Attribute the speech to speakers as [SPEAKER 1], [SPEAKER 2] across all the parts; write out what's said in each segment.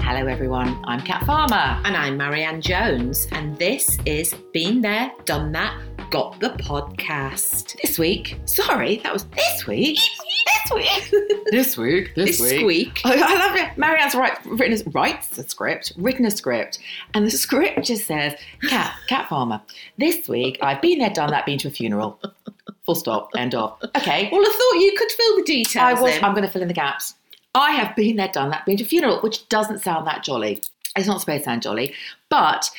[SPEAKER 1] Hello, everyone. I'm Kat Farmer.
[SPEAKER 2] And I'm Marianne Jones, and this is Been There, Done That, Got the Podcast.
[SPEAKER 1] This week,
[SPEAKER 2] Sorry, that was this week. this week.
[SPEAKER 1] this week,
[SPEAKER 2] This squeak.
[SPEAKER 1] I, I love it. Marianne's right, written a, writes a script, written a script, and the script just says, "Cat, Cat Farmer, this week I've been there, done that, been to a funeral." Full stop. End of. Okay.
[SPEAKER 2] Well, I thought you could fill the details
[SPEAKER 1] I was.
[SPEAKER 2] in.
[SPEAKER 1] I'm going to fill in the gaps. I have been there, done that, been to a funeral, which doesn't sound that jolly. It's not supposed to sound jolly, but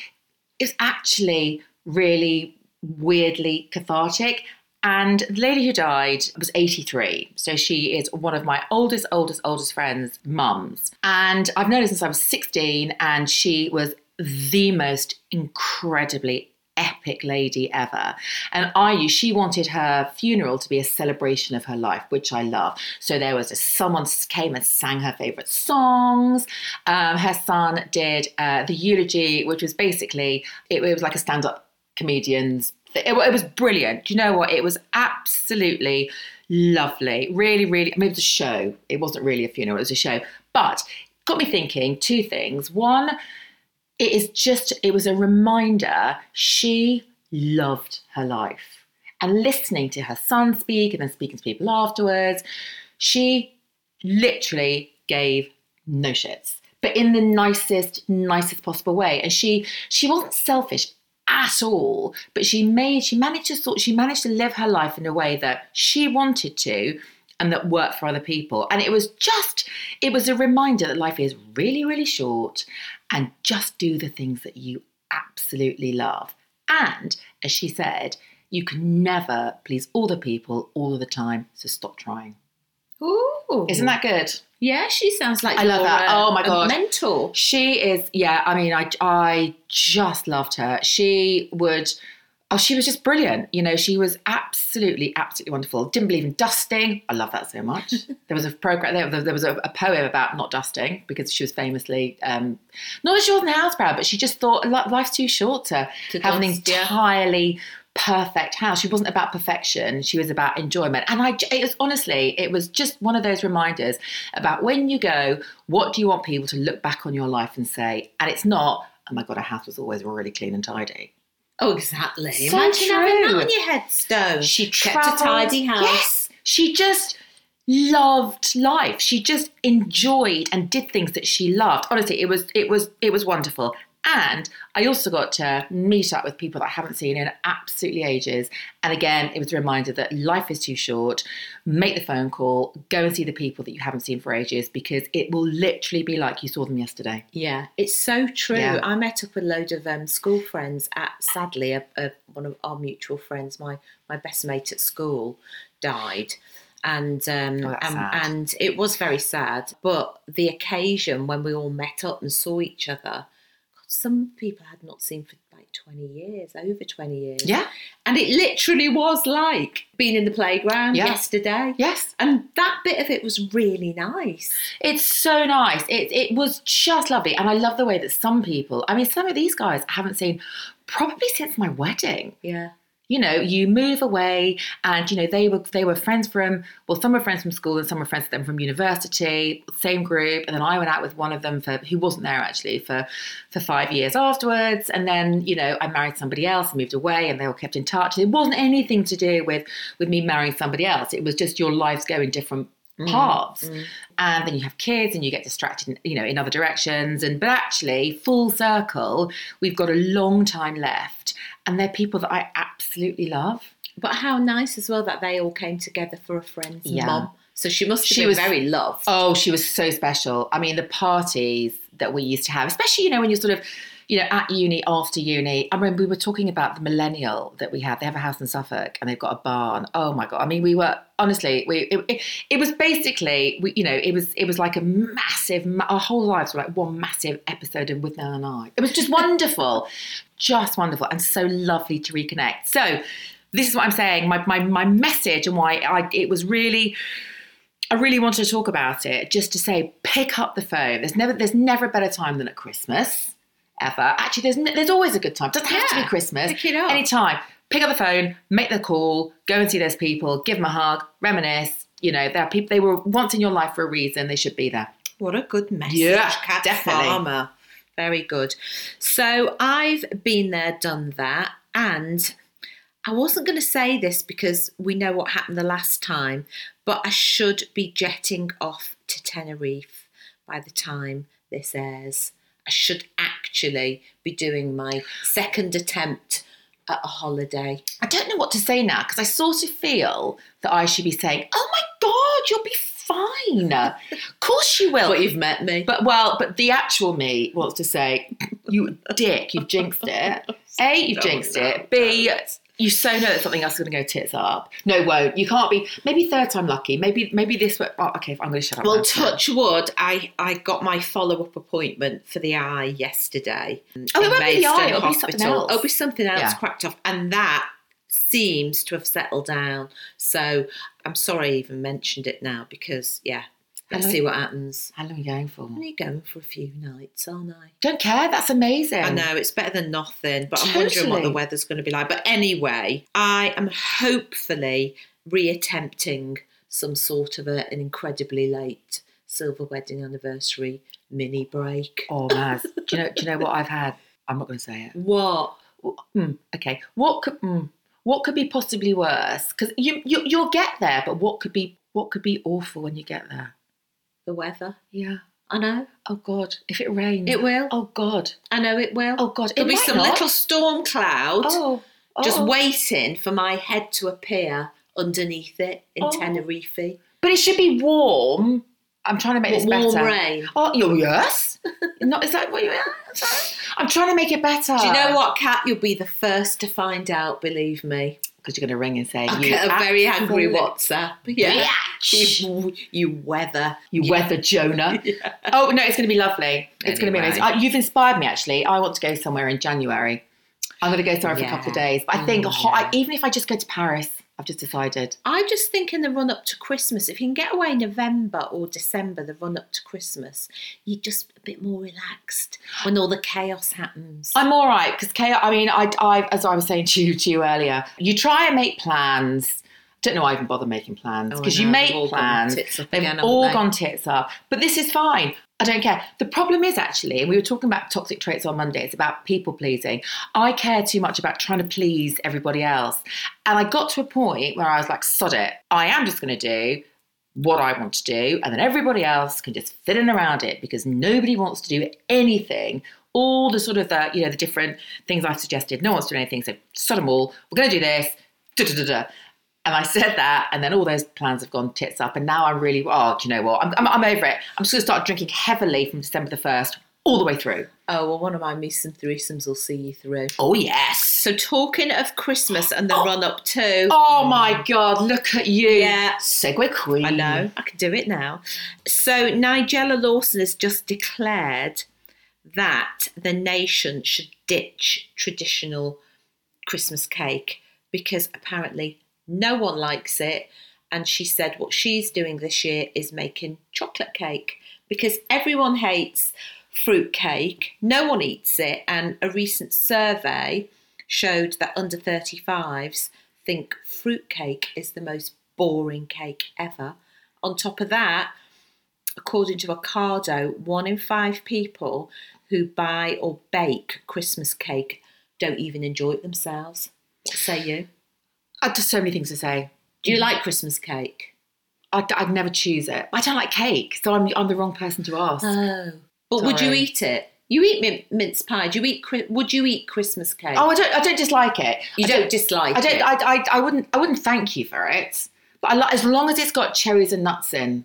[SPEAKER 1] it's actually really weirdly cathartic. And the lady who died was 83. So she is one of my oldest, oldest, oldest friends' mums. And I've known her since I was 16, and she was the most incredibly epic lady ever. And I knew she wanted her funeral to be a celebration of her life, which I love. So there was a, someone came and sang her favourite songs. Um, her son did uh, the eulogy, which was basically it, it was like a stand-up comedian's. It, it was brilliant. Do you know what? It was absolutely lovely. Really, really. I mean, it was a show. It wasn't really a funeral. It was a show. But got me thinking two things. One it is just it was a reminder she loved her life and listening to her son speak and then speaking to people afterwards she literally gave no shits but in the nicest nicest possible way and she she wasn't selfish at all but she made she managed to sort she managed to live her life in a way that she wanted to and that worked for other people and it was just it was a reminder that life is really really short and just do the things that you absolutely love and as she said you can never please all the people all of the time so stop trying
[SPEAKER 2] Ooh.
[SPEAKER 1] isn't that good
[SPEAKER 2] Yeah, she sounds like
[SPEAKER 1] I love
[SPEAKER 2] your,
[SPEAKER 1] that.
[SPEAKER 2] uh,
[SPEAKER 1] Oh my
[SPEAKER 2] a
[SPEAKER 1] God.
[SPEAKER 2] mentor.
[SPEAKER 1] She is, yeah. I mean, I I just loved her. She would. Oh, she was just brilliant. You know, she was absolutely, absolutely wonderful. Didn't believe in dusting. I love that so much. there was a program, there, there was a, a poem about not dusting because she was famously, um, not that she wasn't house proud, but she just thought "Li- life's too short to,
[SPEAKER 2] To
[SPEAKER 1] have an
[SPEAKER 2] dust, yeah.
[SPEAKER 1] entirely perfect house. She wasn't about perfection. She was about enjoyment. And I, j- it was honestly, it was just one of those reminders about when you go, what do you want people to look back on your life and say? And it's not, oh my God, our house was always really clean and tidy.
[SPEAKER 2] Oh, exactly.
[SPEAKER 1] So
[SPEAKER 2] Imagine having
[SPEAKER 1] true.
[SPEAKER 2] that on your headstone.
[SPEAKER 1] She
[SPEAKER 2] kept
[SPEAKER 1] travelled-
[SPEAKER 2] a tidy house.
[SPEAKER 1] Yes. She just loved life. She just enjoyed and did things that she loved. Honestly, it was it was it was wonderful. And I also got to meet up with people that I haven't seen in absolutely ages. And again, it was a reminder that life is too short. Make the phone call, go and see the people that you haven't seen for ages because it will literally be like you saw them yesterday.
[SPEAKER 2] Yeah, it's so true.
[SPEAKER 1] Yeah.
[SPEAKER 2] I met up with a load of um, school friends at sadly a, a, one of our mutual friends, my my best mate at school, died, and um,
[SPEAKER 1] Oh, that's
[SPEAKER 2] and,
[SPEAKER 1] sad.
[SPEAKER 2] and it was very sad. But the occasion when we all met up and saw each other, God, some people I had not seen for like twenty years, over twenty years.
[SPEAKER 1] Yeah.
[SPEAKER 2] and it literally was like being in the playground
[SPEAKER 1] Yeah.
[SPEAKER 2] yesterday.
[SPEAKER 1] Yes.
[SPEAKER 2] And that bit of it was really nice.
[SPEAKER 1] It's so nice. It it was just lovely, and I love the way that some people. I mean, some of these guys I haven't seen probably since my wedding.
[SPEAKER 2] Yeah.
[SPEAKER 1] you know, you move away, and you know they were they were friends from well, some were friends from school and some were friends with them from university, same group. And then I went out with one of them for who wasn't there actually for for five years afterwards. And then you know I married somebody else and moved away, and they all kept in touch. It wasn't anything to do with with me marrying somebody else. It was just your lives go in different paths and then you have kids and you get distracted you know in other directions and but actually full circle we've got a long time left and they're people that i absolutely love
[SPEAKER 2] But how nice as well that they all came together for a friend's
[SPEAKER 1] Yeah.
[SPEAKER 2] mum. So she must have
[SPEAKER 1] She
[SPEAKER 2] been
[SPEAKER 1] was-
[SPEAKER 2] very loved.
[SPEAKER 1] oh she was so special i mean the parties that we used to have especially you know when you're sort of you know at uni after uni i mean we were talking about the millennial that we had they have a house in suffolk and they've got a barn oh my god i mean we were honestly we it, it, it was basically we, you know it was it was like a massive ma- our whole lives were like one massive episode of with nan and i it was just wonderful just wonderful and so lovely to reconnect so this is what i'm saying my my, my message and why i it was really I really wanted to talk about it just to say pick up the phone. There's never there's never a better time than at Christmas ever. Actually, there's n- there's always a good time. Doesn't have to
[SPEAKER 2] Yeah,
[SPEAKER 1] be Christmas.
[SPEAKER 2] pick it up.
[SPEAKER 1] Any time. Pick up the phone, make the call, go and see those people, give them a hug, reminisce. You know, they're people they were once in your life for a reason. They should be there.
[SPEAKER 2] What a good message,
[SPEAKER 1] Yeah,
[SPEAKER 2] Cat
[SPEAKER 1] definitely.
[SPEAKER 2] Farmer. Very good. So I've been there, done that, and I wasn't going to say this because we know what happened the last time, but I should be jetting off to Tenerife by the time this airs. I should actually be doing my second attempt at a holiday.
[SPEAKER 1] I don't know what to say now because I sort of feel that I should be saying, "Oh my God, you'll be fine. of course you will."
[SPEAKER 2] But you've met me.
[SPEAKER 1] But well, but the actual me wants to say, "You dick, you've jinxed it. A, you've jinxed it. B, you so know that something else is going to go tits up. No, won't. You can't be. Maybe third time lucky. Maybe maybe this. wo- Oh, okay, I'm going to shut up.
[SPEAKER 2] Well,
[SPEAKER 1] now.
[SPEAKER 2] touch wood. I, I got my follow up appointment for the eye yesterday.
[SPEAKER 1] Oh, it
[SPEAKER 2] in
[SPEAKER 1] won't be the eye,
[SPEAKER 2] Maidstone
[SPEAKER 1] it'll be something
[SPEAKER 2] Hospital.
[SPEAKER 1] else.
[SPEAKER 2] It'll be something else
[SPEAKER 1] Yeah.
[SPEAKER 2] cracked off, and that seems to have settled down. So I'm sorry I even mentioned it now because yeah, let's
[SPEAKER 1] Hello.
[SPEAKER 2] see what happens.
[SPEAKER 1] How long are you going for?
[SPEAKER 2] I'm only going for a few nights, aren't I?
[SPEAKER 1] Don't care. That's amazing.
[SPEAKER 2] I know it's better than nothing, but I'm wondering what the
[SPEAKER 1] Totally.
[SPEAKER 2] weather's going to be like. But anyway, I am hopefully reattempting some sort of a, an incredibly late silver wedding anniversary mini break.
[SPEAKER 1] Oh, Maz. do you know? Do you know what I've had? I'm not going to say it.
[SPEAKER 2] What?
[SPEAKER 1] Mm, okay. What could mm, what could be possibly worse? Because you, you you'll get there, but what could be what could be awful when you get there?
[SPEAKER 2] The weather?
[SPEAKER 1] Yeah.
[SPEAKER 2] I know
[SPEAKER 1] Oh God, if it rains,
[SPEAKER 2] it will.
[SPEAKER 1] Oh God.
[SPEAKER 2] I know it will.
[SPEAKER 1] Oh God,
[SPEAKER 2] There'll
[SPEAKER 1] it
[SPEAKER 2] be
[SPEAKER 1] might
[SPEAKER 2] some
[SPEAKER 1] not.
[SPEAKER 2] little storm cloud
[SPEAKER 1] Oh,
[SPEAKER 2] just
[SPEAKER 1] oh.
[SPEAKER 2] waiting for my head to appear underneath it in
[SPEAKER 1] Oh.
[SPEAKER 2] Tenerife.
[SPEAKER 1] But it should be warm. I'm trying to make this
[SPEAKER 2] warm
[SPEAKER 1] better.
[SPEAKER 2] rain.
[SPEAKER 1] Oh, you yes. not is that what you? I'm sorry. I'm trying to make it better.
[SPEAKER 2] Do you know what, Kat? You'll be the first to find out, believe me.
[SPEAKER 1] Because you're going to ring and say
[SPEAKER 2] I
[SPEAKER 1] you
[SPEAKER 2] get a very angry
[SPEAKER 1] absolute
[SPEAKER 2] WhatsApp. Yeah.
[SPEAKER 1] bitch.
[SPEAKER 2] You, you weather.
[SPEAKER 1] You weather Jonah. Oh no, it's going to be lovely. It's going to be
[SPEAKER 2] Anyway.
[SPEAKER 1] amazing. Uh, you've inspired me. Actually, I want to go somewhere in January. I'm going to go somewhere for a couple of
[SPEAKER 2] Yeah.
[SPEAKER 1] days. But I think a
[SPEAKER 2] Mm,
[SPEAKER 1] hot,
[SPEAKER 2] yeah.
[SPEAKER 1] I, even if I just go to Paris, I've just decided.
[SPEAKER 2] I just think in the run up to Christmas, if you can get away November or December, the run up to Christmas, you're just a bit more relaxed when all the chaos happens.
[SPEAKER 1] I'm all right because chaos. I mean, I, I, as I was saying to you, to you earlier, you try and make plans. Don't know. why I even bother making plans
[SPEAKER 2] Oh, I
[SPEAKER 1] because
[SPEAKER 2] know,
[SPEAKER 1] you make
[SPEAKER 2] they've all gone
[SPEAKER 1] plans.
[SPEAKER 2] tits up
[SPEAKER 1] they've
[SPEAKER 2] again, haven't
[SPEAKER 1] all
[SPEAKER 2] they?
[SPEAKER 1] gone tits up. But this is fine. I don't care. The problem is actually, and we were talking about toxic traits on Monday. It's about people pleasing. I care too much about trying to please everybody else, and I got to a point where I was like, "Sod it! I am just going to do." What I want to do, and then everybody else can just fit in around it because nobody wants to do anything all the sort of the you know the different things I've suggested. No one's doing anything, so sod them all. We're going to do this. Da, da, da, da. And I said that, and then all those plans have gone tits up, and now I'm really oh, do you know what? I'm, I'm, I'm over it. I'm just going to start drinking heavily from December the first all the way through.
[SPEAKER 2] Oh, well, one of my meets and threesomes will see you through.
[SPEAKER 1] Oh yes.
[SPEAKER 2] So, talking of Christmas and the run up to.
[SPEAKER 1] Oh my God! Look at you.
[SPEAKER 2] Yeah.
[SPEAKER 1] Segway queen.
[SPEAKER 2] I know, I can do it now. So, Nigella Lawson has just declared that the nation should ditch traditional Christmas cake because apparently no one likes it. And she said what she's doing this year is making chocolate cake because everyone hates fruit cake, no one eats it. And a recent survey showed that under 35s think fruitcake is the most boring cake ever. On top of that, according to Ocado, one in five people who buy or bake Christmas cake don't even enjoy it themselves. What say you?
[SPEAKER 1] I've just so many things to say.
[SPEAKER 2] Do you like Christmas cake?
[SPEAKER 1] I'd, I'd never choose it. I don't like cake, so I'm, I'm the wrong person to ask.
[SPEAKER 2] Oh, but would you
[SPEAKER 1] Sorry.
[SPEAKER 2] eat it? You eat min- mince pie. Do you eat? Chri- Would you eat Christmas cake?
[SPEAKER 1] oh, I don't. I don't dislike it.
[SPEAKER 2] you
[SPEAKER 1] I
[SPEAKER 2] don't, dislike
[SPEAKER 1] I don't.
[SPEAKER 2] it.
[SPEAKER 1] I, I. I wouldn't. I wouldn't thank you for it. But I, li- as long as it's got cherries and nuts in,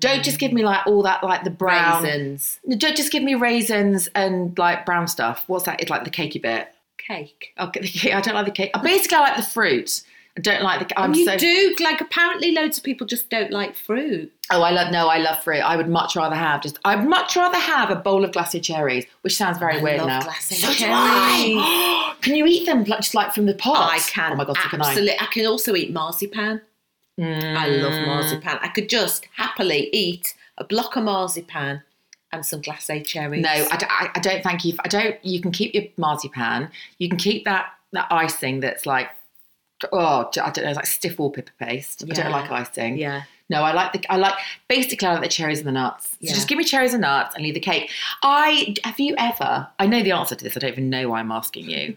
[SPEAKER 1] don't just give me like all that like the brown.
[SPEAKER 2] Mm. Raisins
[SPEAKER 1] No, Don't just give me raisins and like brown stuff. What's that? It's like the cakey bit.
[SPEAKER 2] cake.
[SPEAKER 1] Okay, the cake. I don't like the cake. I basically I like the fruit. I don't like the. I'm
[SPEAKER 2] And you
[SPEAKER 1] so.
[SPEAKER 2] do like. Apparently, loads of people just don't like fruit.
[SPEAKER 1] Oh, I love. No, I love fruit. I would much rather have just. I'd much rather have a bowl of glacé cherries, which sounds very
[SPEAKER 2] I
[SPEAKER 1] weird
[SPEAKER 2] love
[SPEAKER 1] now.
[SPEAKER 2] glacé
[SPEAKER 1] So do I. Can you eat them like, just like from the pot?
[SPEAKER 2] I can.
[SPEAKER 1] Oh my god, so can I?
[SPEAKER 2] absolutely. I can also eat marzipan. I
[SPEAKER 1] Mm.
[SPEAKER 2] love marzipan. I could just happily eat a block of marzipan and some glacé cherries.
[SPEAKER 1] No, I, d- I- I don't thank you. For, I don't. You can keep your marzipan. You can keep that that icing that's like, oh, I don't know, like stiff wallpaper paste. I
[SPEAKER 2] Yeah.
[SPEAKER 1] don't like icing.
[SPEAKER 2] Yeah.
[SPEAKER 1] No, I like the I like basically I like the cherries and the nuts. So
[SPEAKER 2] Yeah.
[SPEAKER 1] just give me cherries and nuts and leave the cake. I have you ever? I know the answer to this. I don't even know why I'm asking you. Have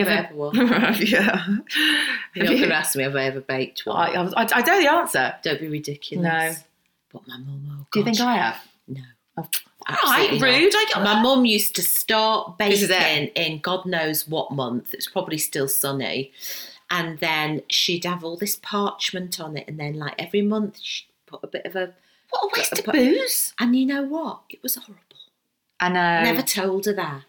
[SPEAKER 1] you
[SPEAKER 2] Have I
[SPEAKER 1] ever?
[SPEAKER 2] ever what?
[SPEAKER 1] yeah.
[SPEAKER 2] You're
[SPEAKER 1] Have
[SPEAKER 2] not
[SPEAKER 1] you,
[SPEAKER 2] going to ask me have I ever baked
[SPEAKER 1] I,
[SPEAKER 2] one.
[SPEAKER 1] I, was, I, I know the answer.
[SPEAKER 2] Don't be ridiculous.
[SPEAKER 1] No.
[SPEAKER 2] But my mum, oh
[SPEAKER 1] Do you think
[SPEAKER 2] God,
[SPEAKER 1] I have?
[SPEAKER 2] No.
[SPEAKER 1] Oh,
[SPEAKER 2] absolutely
[SPEAKER 1] All right, rude.
[SPEAKER 2] not.
[SPEAKER 1] I get
[SPEAKER 2] My mum used to start
[SPEAKER 1] This is it.
[SPEAKER 2] baking in God knows what month. It's probably still sunny. And then she'd have all this parchment on it. And then, like, every month she'd put a bit of a.
[SPEAKER 1] What a waste of
[SPEAKER 2] But-
[SPEAKER 1] booze.
[SPEAKER 2] And you know what? It was horrible.
[SPEAKER 1] I know.
[SPEAKER 2] Never told her that.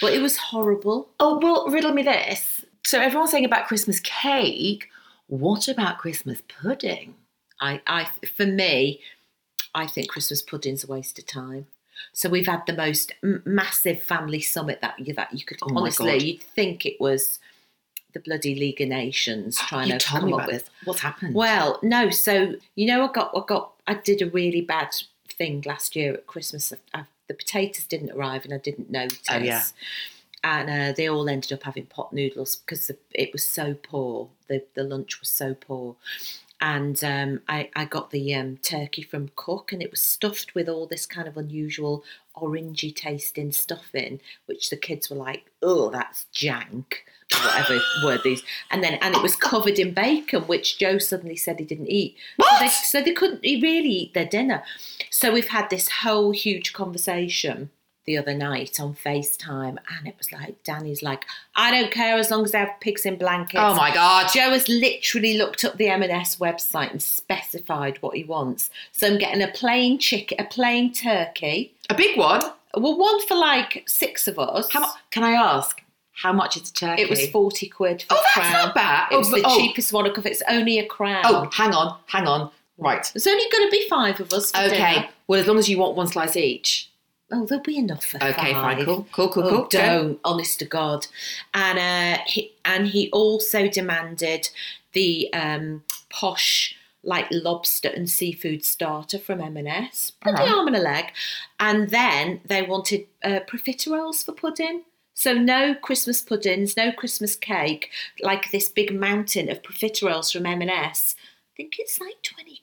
[SPEAKER 2] But it was horrible.
[SPEAKER 1] Oh, well, riddle me this. So everyone's saying about Christmas cake. What about Christmas pudding?
[SPEAKER 2] I, I, for me, I think Christmas pudding's a waste of time. So we've had the most m- massive family summit that you that you could
[SPEAKER 1] Oh my
[SPEAKER 2] honestly
[SPEAKER 1] God.
[SPEAKER 2] you'd think it was the bloody League of Nations trying
[SPEAKER 1] you
[SPEAKER 2] to
[SPEAKER 1] told
[SPEAKER 2] come
[SPEAKER 1] me
[SPEAKER 2] up
[SPEAKER 1] about
[SPEAKER 2] with.
[SPEAKER 1] this. What's happened?
[SPEAKER 2] Well, no. So you know, I got I got I did a really bad thing last year at Christmas. I, the potatoes didn't arrive, and I didn't notice.
[SPEAKER 1] Oh, yeah.
[SPEAKER 2] And uh, they all ended up having pot noodles because the, it was so poor. The the lunch was so poor. And um, I, I got the um, turkey from Cook, and it was stuffed with all this kind of unusual orangey tasting stuffing, which the kids were like, "Oh, that's jank," or whatever word these. And then, and it was covered in bacon, which Joe suddenly said he didn't eat. So they, so they couldn't e- really eat their dinner. So we've had this whole huge conversation the other night on FaceTime, and it was like Danny's like, "I don't care as long as they have pigs in blankets."
[SPEAKER 1] oh my god.
[SPEAKER 2] Joe has literally looked up the M&S website and specified what he wants. So I'm getting a plain chicken, a plain turkey.
[SPEAKER 1] A big one.
[SPEAKER 2] Well, one for like six of us.
[SPEAKER 1] How, mu- can I ask how much is a turkey?
[SPEAKER 2] It was forty quid for
[SPEAKER 1] Oh,
[SPEAKER 2] a
[SPEAKER 1] that's
[SPEAKER 2] crown.
[SPEAKER 1] not bad.
[SPEAKER 2] It was
[SPEAKER 1] Oh,
[SPEAKER 2] the
[SPEAKER 1] but- oh.
[SPEAKER 2] cheapest one because it's only a crown.
[SPEAKER 1] Oh, hang on, hang on. Right.
[SPEAKER 2] there's only going to be five of us. For
[SPEAKER 1] Okay.
[SPEAKER 2] dinner.
[SPEAKER 1] Well, as long as you want one slice each.
[SPEAKER 2] Oh, there'll be enough for
[SPEAKER 1] Okay,
[SPEAKER 2] five.
[SPEAKER 1] fine. Cool, cool, cool,
[SPEAKER 2] Oh,
[SPEAKER 1] cool. Go.
[SPEAKER 2] Don't, honest to God. And uh, he, and he also demanded the um, posh like lobster and seafood starter from M&S, bloody
[SPEAKER 1] Alright.
[SPEAKER 2] arm and a leg. And then they wanted uh, profiteroles for pudding. So no Christmas puddings, no Christmas cake, like this big mountain of profiteroles from M&S. I think it's like 20 quid.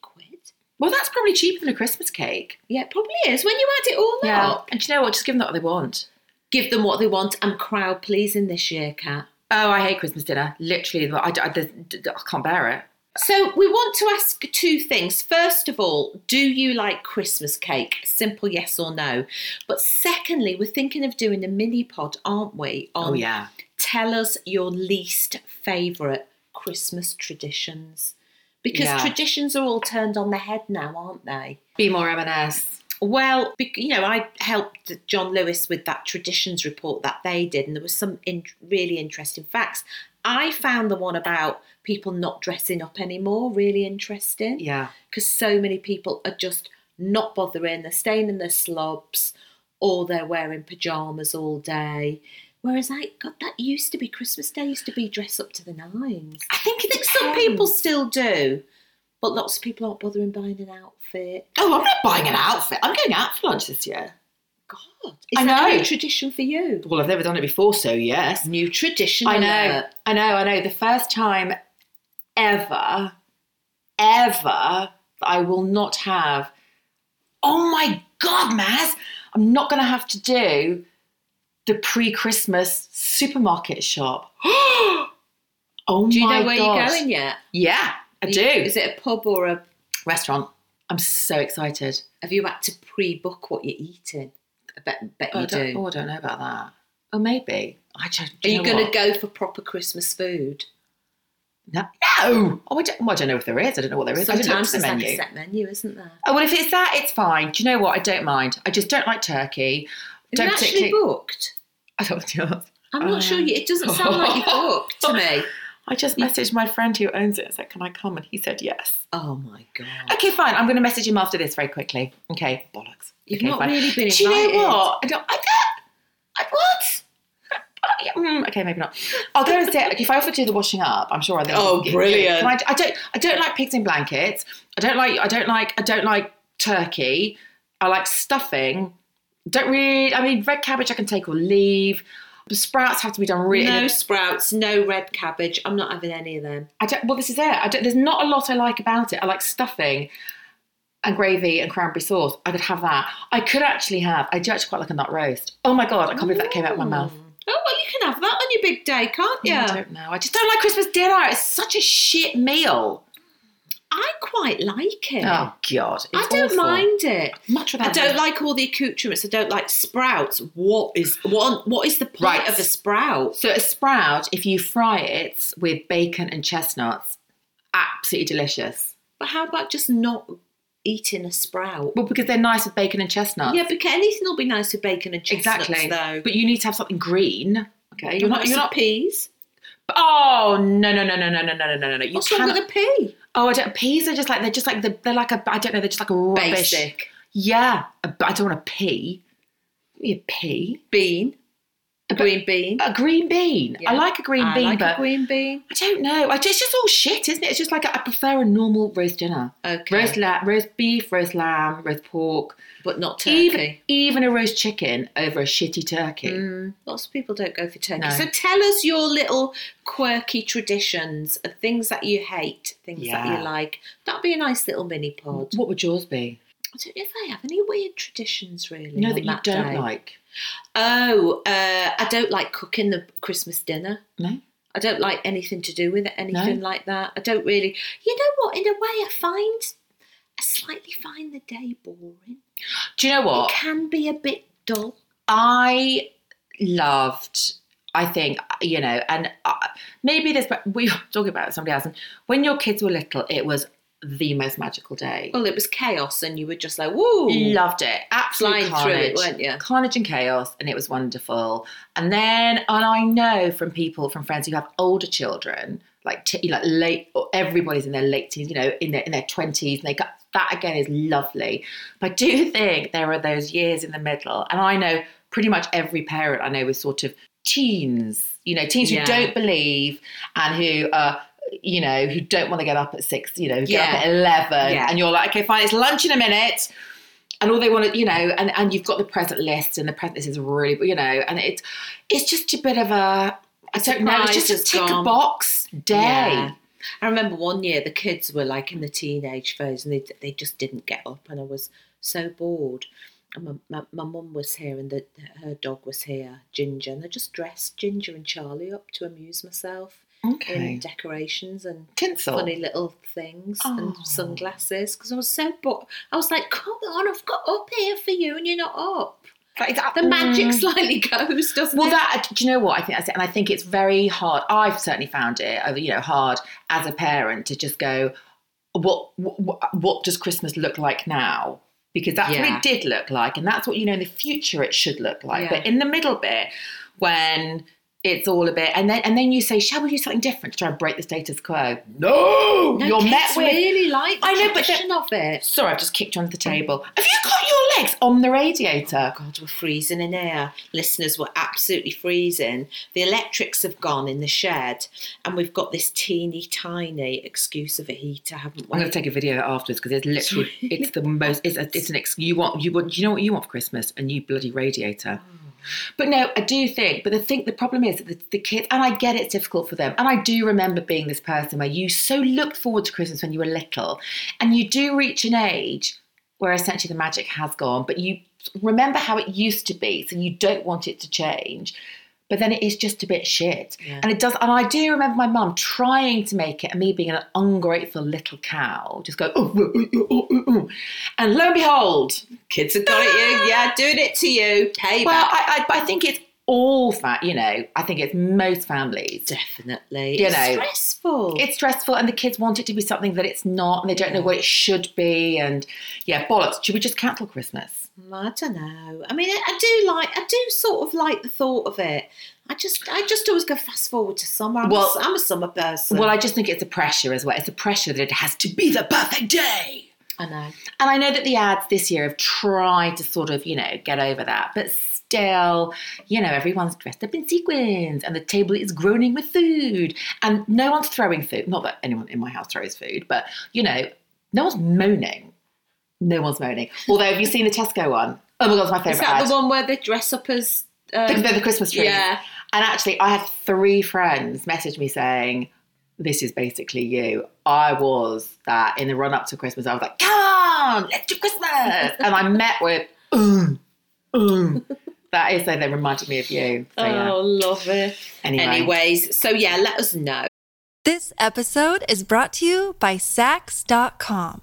[SPEAKER 1] Well, that's probably cheaper than a Christmas cake.
[SPEAKER 2] Yeah, it probably is. When you add it all up,
[SPEAKER 1] And do you know what? Just give them what they want.
[SPEAKER 2] give them what they want. I'm crowd pleasing this year, Kat.
[SPEAKER 1] Oh, I hate Christmas dinner. Literally, I, I- I- I can't bear it.
[SPEAKER 2] So we want to ask two things. First of all, do you like Christmas cake? Simple yes or no. But secondly, we're thinking of doing a mini pod, aren't we? On
[SPEAKER 1] Oh, yeah.
[SPEAKER 2] tell us your least favourite Christmas traditions. Because
[SPEAKER 1] Yeah.
[SPEAKER 2] traditions are all turned on the head now, aren't they?
[SPEAKER 1] Be more M&S.
[SPEAKER 2] Well, bec- you know, I helped John Lewis with that traditions report that they did, and there was some in- really interesting facts. I found the one about people not dressing up anymore really interesting
[SPEAKER 1] Yeah.
[SPEAKER 2] because so many people are just not bothering. They're staying in their slobs or they're wearing pajamas all day. Whereas I, God, that used to be Christmas Day used to be dress up to the nines.
[SPEAKER 1] I think
[SPEAKER 2] I think some people still do, but lots of people aren't bothering buying an outfit.
[SPEAKER 1] Oh, I'm not buying an outfit. I'm going out for lunch this year.
[SPEAKER 2] God. Is
[SPEAKER 1] I
[SPEAKER 2] that a
[SPEAKER 1] know.
[SPEAKER 2] new tradition for you?
[SPEAKER 1] Well, I've never done it before, so yes.
[SPEAKER 2] New tradition.
[SPEAKER 1] I know,
[SPEAKER 2] alert.
[SPEAKER 1] I know, I know. The first time ever, ever that I will not have. Oh my God, Maz! I'm not going to have to do the pre-Christmas supermarket shop. oh
[SPEAKER 2] Do you
[SPEAKER 1] my
[SPEAKER 2] know where you're
[SPEAKER 1] God.
[SPEAKER 2] going yet?
[SPEAKER 1] Yeah, I
[SPEAKER 2] Are
[SPEAKER 1] do.
[SPEAKER 2] you- Is it a pub or a?
[SPEAKER 1] restaurant? I'm so excited.
[SPEAKER 2] Have you had to pre-book what you're eating? I bet, bet
[SPEAKER 1] Oh, I
[SPEAKER 2] you
[SPEAKER 1] don't,
[SPEAKER 2] do.
[SPEAKER 1] oh, I don't know about that. Oh, maybe. I don't.
[SPEAKER 2] Are
[SPEAKER 1] do
[SPEAKER 2] you
[SPEAKER 1] know
[SPEAKER 2] going to
[SPEAKER 1] what?
[SPEAKER 2] go for proper Christmas food?
[SPEAKER 1] No. no! Oh, I don't, well, I don't know if there is. I don't know what there is. I
[SPEAKER 2] Sometimes
[SPEAKER 1] didn't look at
[SPEAKER 2] there's
[SPEAKER 1] the
[SPEAKER 2] like
[SPEAKER 1] menu.
[SPEAKER 2] a set menu, isn't there?
[SPEAKER 1] Oh, well, if it's that, it's fine. Do you know what? I don't mind. I just don't like turkey.
[SPEAKER 2] Have
[SPEAKER 1] don't
[SPEAKER 2] you actually booked?
[SPEAKER 1] I don't know.
[SPEAKER 2] I'm not sure.
[SPEAKER 1] Um,
[SPEAKER 2] You, it doesn't sound like you've booked to me.
[SPEAKER 1] I just messaged my friend who owns it and said, "Can I come?" And he said, "Yes."
[SPEAKER 2] Oh my god!
[SPEAKER 1] Okay, fine. I'm going to message him after this very quickly. Okay, bollocks.
[SPEAKER 2] You've
[SPEAKER 1] okay,
[SPEAKER 2] not
[SPEAKER 1] fine.
[SPEAKER 2] really been invited.
[SPEAKER 1] Do you know what? I don't. I don't. I, what? I- mm, Okay, maybe not. I'll go and say if I offer to do the washing up, I'm sure I think.
[SPEAKER 2] Oh, brilliant.
[SPEAKER 1] Can I, I don't. I don't like pigs in blankets. I don't like. I don't like. I don't like turkey. I like stuffing. Don't really. I mean, red cabbage I can take or leave. The sprouts have to be done really.
[SPEAKER 2] No sprouts, no red cabbage. I'm not having any of them.
[SPEAKER 1] I don't. Well, this is it. I don't, there's not a lot I like about it. I like stuffing and gravy and cranberry sauce. I could have that. I could actually have. I do actually quite like a nut roast. Oh my god! I can't believe that came out of my mouth.
[SPEAKER 2] Oh well, you can have that on your big day, can't you?
[SPEAKER 1] I don't know. I just don't like Christmas dinner. It's such a shit meal.
[SPEAKER 2] I quite like it.
[SPEAKER 1] Oh God! it's
[SPEAKER 2] I don't
[SPEAKER 1] awful.
[SPEAKER 2] mind it.
[SPEAKER 1] Much
[SPEAKER 2] I
[SPEAKER 1] without
[SPEAKER 2] don't
[SPEAKER 1] it.
[SPEAKER 2] like all the accoutrements. I don't like sprouts. What is what? What is the point
[SPEAKER 1] Right.
[SPEAKER 2] of a sprout?
[SPEAKER 1] So a sprout, if you fry it with bacon and chestnuts, absolutely delicious.
[SPEAKER 2] But how about just not eating a sprout?
[SPEAKER 1] Well, because they're nice with bacon and chestnuts.
[SPEAKER 2] Yeah, because anything will be nice with bacon and chestnuts,
[SPEAKER 1] exactly.
[SPEAKER 2] though.
[SPEAKER 1] But you need to have something green. Okay, you're not. You're not.
[SPEAKER 2] peas.
[SPEAKER 1] Oh no no no no no no no no no no! You
[SPEAKER 2] What's wrong
[SPEAKER 1] can't.
[SPEAKER 2] with a pea?
[SPEAKER 1] Oh, I don't. Peas are just like they're just like the, they're like a I don't know they're just like a rubbish.
[SPEAKER 2] Basic
[SPEAKER 1] Yeah, but I don't want a pea. Give me A pea.
[SPEAKER 2] bean, a green bean.
[SPEAKER 1] A green bean. I
[SPEAKER 2] Yeah.
[SPEAKER 1] like a green
[SPEAKER 2] I
[SPEAKER 1] bean,
[SPEAKER 2] like
[SPEAKER 1] but
[SPEAKER 2] a green bean.
[SPEAKER 1] I don't know. I just, it's just all shit, isn't it? It's just like I prefer a normal roast dinner.
[SPEAKER 2] Okay,
[SPEAKER 1] Roast lamb, roast beef, roast lamb, roast pork.
[SPEAKER 2] but not turkey.
[SPEAKER 1] Even even a roast chicken over a shitty turkey.
[SPEAKER 2] Mm, lots of people don't go for turkey.
[SPEAKER 1] No.
[SPEAKER 2] So tell us your little quirky traditions, uh, things that you hate, things that
[SPEAKER 1] Yeah. Mm.
[SPEAKER 2] you like. That'd be a nice little mini pod.
[SPEAKER 1] What would yours be?
[SPEAKER 2] I don't know if I have any weird traditions really.
[SPEAKER 1] You know
[SPEAKER 2] on
[SPEAKER 1] that you don't
[SPEAKER 2] day.
[SPEAKER 1] like.
[SPEAKER 2] Oh, uh, I don't like cooking the Christmas dinner.
[SPEAKER 1] No.
[SPEAKER 2] I don't like anything to do with it, anything like that. I don't really. You know what? In a way, I find I slightly find the day boring.
[SPEAKER 1] Do you know what?
[SPEAKER 2] It can be a bit dull.
[SPEAKER 1] I loved. I think you know, and uh, maybe this, but we were talking about it, somebody else. And when your kids were little, it was the most magical day.
[SPEAKER 2] Well, it was chaos, and you were just like, "Whoa!"
[SPEAKER 1] Loved it, absolutely
[SPEAKER 2] Flying through it,
[SPEAKER 1] carnage.
[SPEAKER 2] weren't you?
[SPEAKER 1] Carnage and chaos, and it was wonderful. And then, and I know from people, from friends who have older children, like t- like late, or everybody's in their late teens, you know, in their in their twenties, and they got that again is lovely. But I do think there are those years in the middle, and I know pretty much every parent I know is sort of teens, you know, teens
[SPEAKER 2] Yeah.
[SPEAKER 1] who don't believe and who are. You know, who don't want to get up at six, you know, who get
[SPEAKER 2] Yeah.
[SPEAKER 1] up at 11,
[SPEAKER 2] Yeah.
[SPEAKER 1] and you're like, okay, fine, it's lunch in a minute and all they want to, you know, and, and you've got the present list, and the present list is really, you know, and it's it's just a bit of a, I don't know, it's
[SPEAKER 2] surprise
[SPEAKER 1] just a
[SPEAKER 2] is
[SPEAKER 1] tick a
[SPEAKER 2] gone.
[SPEAKER 1] box day.
[SPEAKER 2] Yeah. I remember one year the kids were like in the teenage phase and they, they just didn't get up and I was so bored. And my, my, my mum was here and the, her dog was here, Ginger, and I just dressed Ginger and Charlie up to amuse myself in
[SPEAKER 1] Okay.
[SPEAKER 2] decorations and
[SPEAKER 1] Tinsel.
[SPEAKER 2] funny little things
[SPEAKER 1] Oh.
[SPEAKER 2] and sunglasses because I was so bored. I was like, come on, I've got up here for you and you're not up.
[SPEAKER 1] Like that-
[SPEAKER 2] The magic
[SPEAKER 1] Mm.
[SPEAKER 2] slightly goes, doesn't
[SPEAKER 1] Well,
[SPEAKER 2] it?
[SPEAKER 1] that uh, do you know what I think that's it, and I think it's very hard. I've certainly found it, uh, you know, hard as a parent to just go, what what, what does Christmas look like now? Because that's
[SPEAKER 2] Yeah.
[SPEAKER 1] what it did look like, and that's what you know in the future it should look like.
[SPEAKER 2] Yeah.
[SPEAKER 1] But in the middle bit, when it's all a bit, and then and then you say, shall we do something different to try and break the status quo? No,
[SPEAKER 2] No,
[SPEAKER 1] you're met
[SPEAKER 2] kids
[SPEAKER 1] with.
[SPEAKER 2] really like the
[SPEAKER 1] I know, but
[SPEAKER 2] tradition of it.
[SPEAKER 1] Sorry, I've just kicked you under the table. Have you got your legs on the radiator.
[SPEAKER 2] God, we're freezing in here. Listeners, we're absolutely freezing. The electrics have gone in the shed, and we've got this teeny tiny excuse of a heater, haven't
[SPEAKER 1] I'm
[SPEAKER 2] we?
[SPEAKER 1] going to take a video afterwards because it's literally it's the most it's, a, it's an ex you want you want you know what you want for Christmas a new bloody radiator. But no, I do think. But the thing, the problem is that the, the kids, and I get it's difficult for them. And I do remember being this person where you so looked forward to Christmas when you were little, and you do reach an age where essentially the magic has gone. But you remember how it used to be, so you don't want it to change. But then it is just a bit shit,
[SPEAKER 2] Yeah.
[SPEAKER 1] and it does. And I do remember my mum trying to make it, and me being an ungrateful little cow, just go, oh, oh, oh, oh, oh, oh. and lo and behold,
[SPEAKER 2] Kids have got it, you. Yeah, doing it to you. Payback.
[SPEAKER 1] well, I, I, I think it's all fat, you know. I think it's most families.
[SPEAKER 2] Definitely.
[SPEAKER 1] You
[SPEAKER 2] It's
[SPEAKER 1] know,
[SPEAKER 2] stressful.
[SPEAKER 1] It's stressful, and the kids want it to be something that it's not, and they don't know what it should be. And yeah, bollocks. Should we just cancel Christmas?
[SPEAKER 2] Mm, I don't know. I mean, I, I do like, I do sort of like the thought of it. I just, I just always go fast forward to summer. I'm,
[SPEAKER 1] Well-
[SPEAKER 2] well, a, I'm a summer person.
[SPEAKER 1] Well, I just think it's a pressure as well. It's a pressure that it has to be the perfect day.
[SPEAKER 2] I know.
[SPEAKER 1] And I know that the ads this year have tried to sort of, you know, get over that, but still, you know, everyone's dressed up in sequins and the table is groaning with food and no one's throwing food. Not that anyone in my house throws food, but, you know, no one's moaning. No one's moaning. Although, have you seen the Tesco one? Oh my God, it's my favourite
[SPEAKER 2] Is that
[SPEAKER 1] ad.
[SPEAKER 2] the one where they dress up as?
[SPEAKER 1] The-
[SPEAKER 2] Um,
[SPEAKER 1] the- the Christmas tree.
[SPEAKER 2] yeah.
[SPEAKER 1] And actually, I had three friends message me saying, This is basically you. I was that in the run up to Christmas. I was like, Come on, let's do Christmas. and I met with, "Mm, mm." That is, so they reminded me of you. So, yeah.
[SPEAKER 2] Oh, love it.
[SPEAKER 1] Anyway.
[SPEAKER 2] Anyways, so yeah, let us know.
[SPEAKER 3] This episode is brought to you by Sax.com.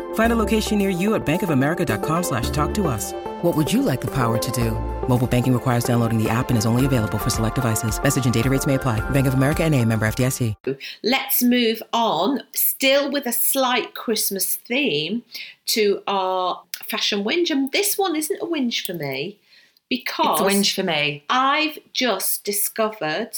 [SPEAKER 4] Find a location near you at bankofamerica.com slash talk to us. What would you like the power to do? Mobile banking requires downloading the app and is only available for select devices. Message and data rates may apply. Bank of America and a member FDIC.
[SPEAKER 2] Let's move on, still with a slight Christmas theme, to our fashion whinge. And this one isn't a whinge for me because
[SPEAKER 1] It's a whinge for me.
[SPEAKER 2] I've just discovered.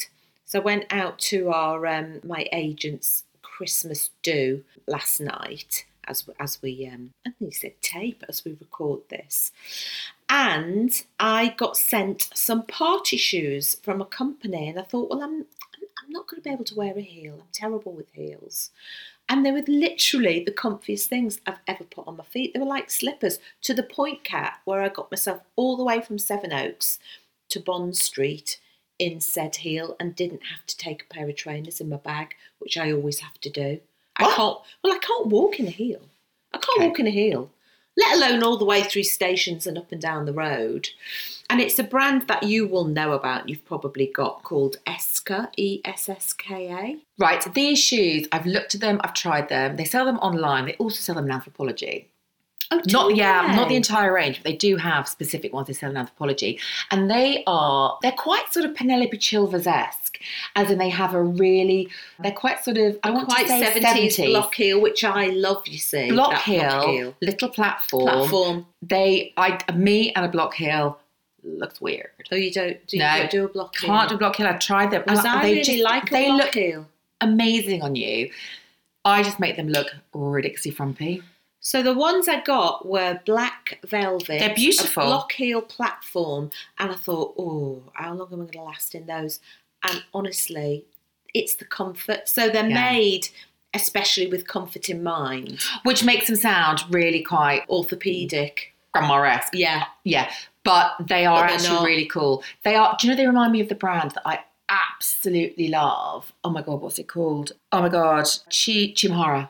[SPEAKER 2] So I went out to our um, my agent's Christmas do last night as as we um, I think you said tape as we record this, and I got sent some party shoes from a company, and I thought, well, I'm I'm not going to be able to wear a heel. I'm terrible with heels. And they were literally the comfiest things I've ever put on my feet. They were like slippers to the point cat where I got myself all the way from Sevenoaks to Bond Street in said heel and didn't have to take a pair of trainers in my bag, which I always have to do. I can't well I can't walk in a heel. I can't walk in a heel. Let alone all the way through stations and up and down the road. And it's a brand that you will know about, you've probably got called Eska, E S S K A.
[SPEAKER 1] Right, these shoes, I've looked at them, I've tried them. They sell them online. They also sell them in anthropology.
[SPEAKER 2] Oh,
[SPEAKER 1] not
[SPEAKER 2] do
[SPEAKER 1] yeah,
[SPEAKER 2] they?
[SPEAKER 1] not the entire range, but they do have specific ones they sell in anthropology, and they are they're quite sort of Penelope Chilvers esque, as in they have a really they're quite sort of I want
[SPEAKER 2] quite
[SPEAKER 1] to say
[SPEAKER 2] 70s,
[SPEAKER 1] 70s.
[SPEAKER 2] block heel, which I love, you see.
[SPEAKER 1] block
[SPEAKER 2] that
[SPEAKER 1] heel,
[SPEAKER 2] block heel.
[SPEAKER 1] little platform.
[SPEAKER 2] Platform.
[SPEAKER 1] They I me and a block heel looks weird.
[SPEAKER 2] Oh, you don't do, you
[SPEAKER 1] No,
[SPEAKER 2] don't do a block heel?
[SPEAKER 1] Can't do block heel. I've tried them.
[SPEAKER 2] Because I
[SPEAKER 1] they
[SPEAKER 2] really
[SPEAKER 1] just-
[SPEAKER 2] like a
[SPEAKER 1] they
[SPEAKER 2] block
[SPEAKER 1] look
[SPEAKER 2] heel.
[SPEAKER 1] amazing on you. I just make them look ridiculously frumpy.
[SPEAKER 2] So the ones I got were black velvet.
[SPEAKER 1] They're beautiful.
[SPEAKER 2] A block heel platform. And I thought, oh, how long am I going to last in those? And honestly, it's the comfort. So they're
[SPEAKER 1] Yeah.
[SPEAKER 2] made especially with comfort in mind.
[SPEAKER 1] Which makes them sound really quite
[SPEAKER 2] Orthopedic.
[SPEAKER 1] grandma esque.
[SPEAKER 2] Yeah.
[SPEAKER 1] Yeah, but they are
[SPEAKER 2] But they're
[SPEAKER 1] actually
[SPEAKER 2] not.
[SPEAKER 1] really cool. They are. Do you know they remind me of the brand that I absolutely love? Oh my god, what's it called? Oh my god, Chi Chimhara.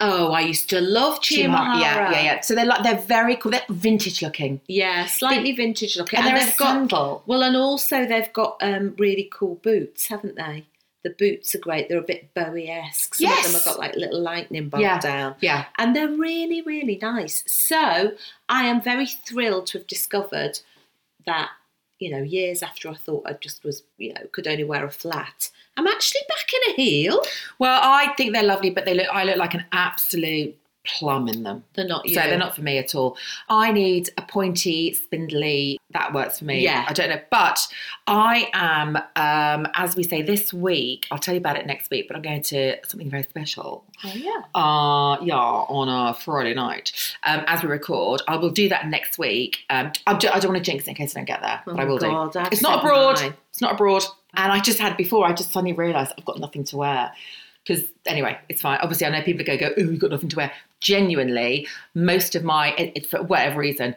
[SPEAKER 2] Oh, I used to love Chia Mahara.
[SPEAKER 1] Yeah, yeah, yeah. So they're like they're very cool. They're vintage looking.
[SPEAKER 2] Yeah, slightly vintage looking.
[SPEAKER 1] And they're a
[SPEAKER 2] they've got
[SPEAKER 1] sandal.
[SPEAKER 2] well, and also they've got um, really cool boots, haven't they? The boots are great. They're a bit Bowie-esque. Some of them
[SPEAKER 1] Yes.
[SPEAKER 2] have got like little lightning bolt
[SPEAKER 1] Yeah,
[SPEAKER 2] down.
[SPEAKER 1] yeah.
[SPEAKER 2] and they're really, really nice. So I am very thrilled to have discovered that you know years after I thought I just was you know could only wear a flat, I'm actually back in a heel.
[SPEAKER 1] Well, I think they're lovely, but they look I look like an absolute plum in them.
[SPEAKER 2] They're not you.
[SPEAKER 1] So they're not for me at all. I need a pointy, spindly. That works for me.
[SPEAKER 2] Yeah.
[SPEAKER 1] I don't know, but I am, um, as we say this week. I'll tell you about it next week. But I'm going to something very special.
[SPEAKER 2] Oh, yeah.
[SPEAKER 1] Uh, yeah, on a Friday night. Um, as we record, I will do that next week. Um, I'm ju- I don't want to jinx it in case I don't get there, but I
[SPEAKER 2] my
[SPEAKER 1] will
[SPEAKER 2] Oh God,
[SPEAKER 1] do.
[SPEAKER 2] I've
[SPEAKER 1] It's not
[SPEAKER 2] said
[SPEAKER 1] abroad.
[SPEAKER 2] mine.
[SPEAKER 1] It's not abroad. And I just had before. I just suddenly realised I've got nothing to wear. Because anyway, it's fine. Obviously, I know people are going to go, "Ooh, you've got nothing to wear." Genuinely, most of my, it, it, for whatever reason,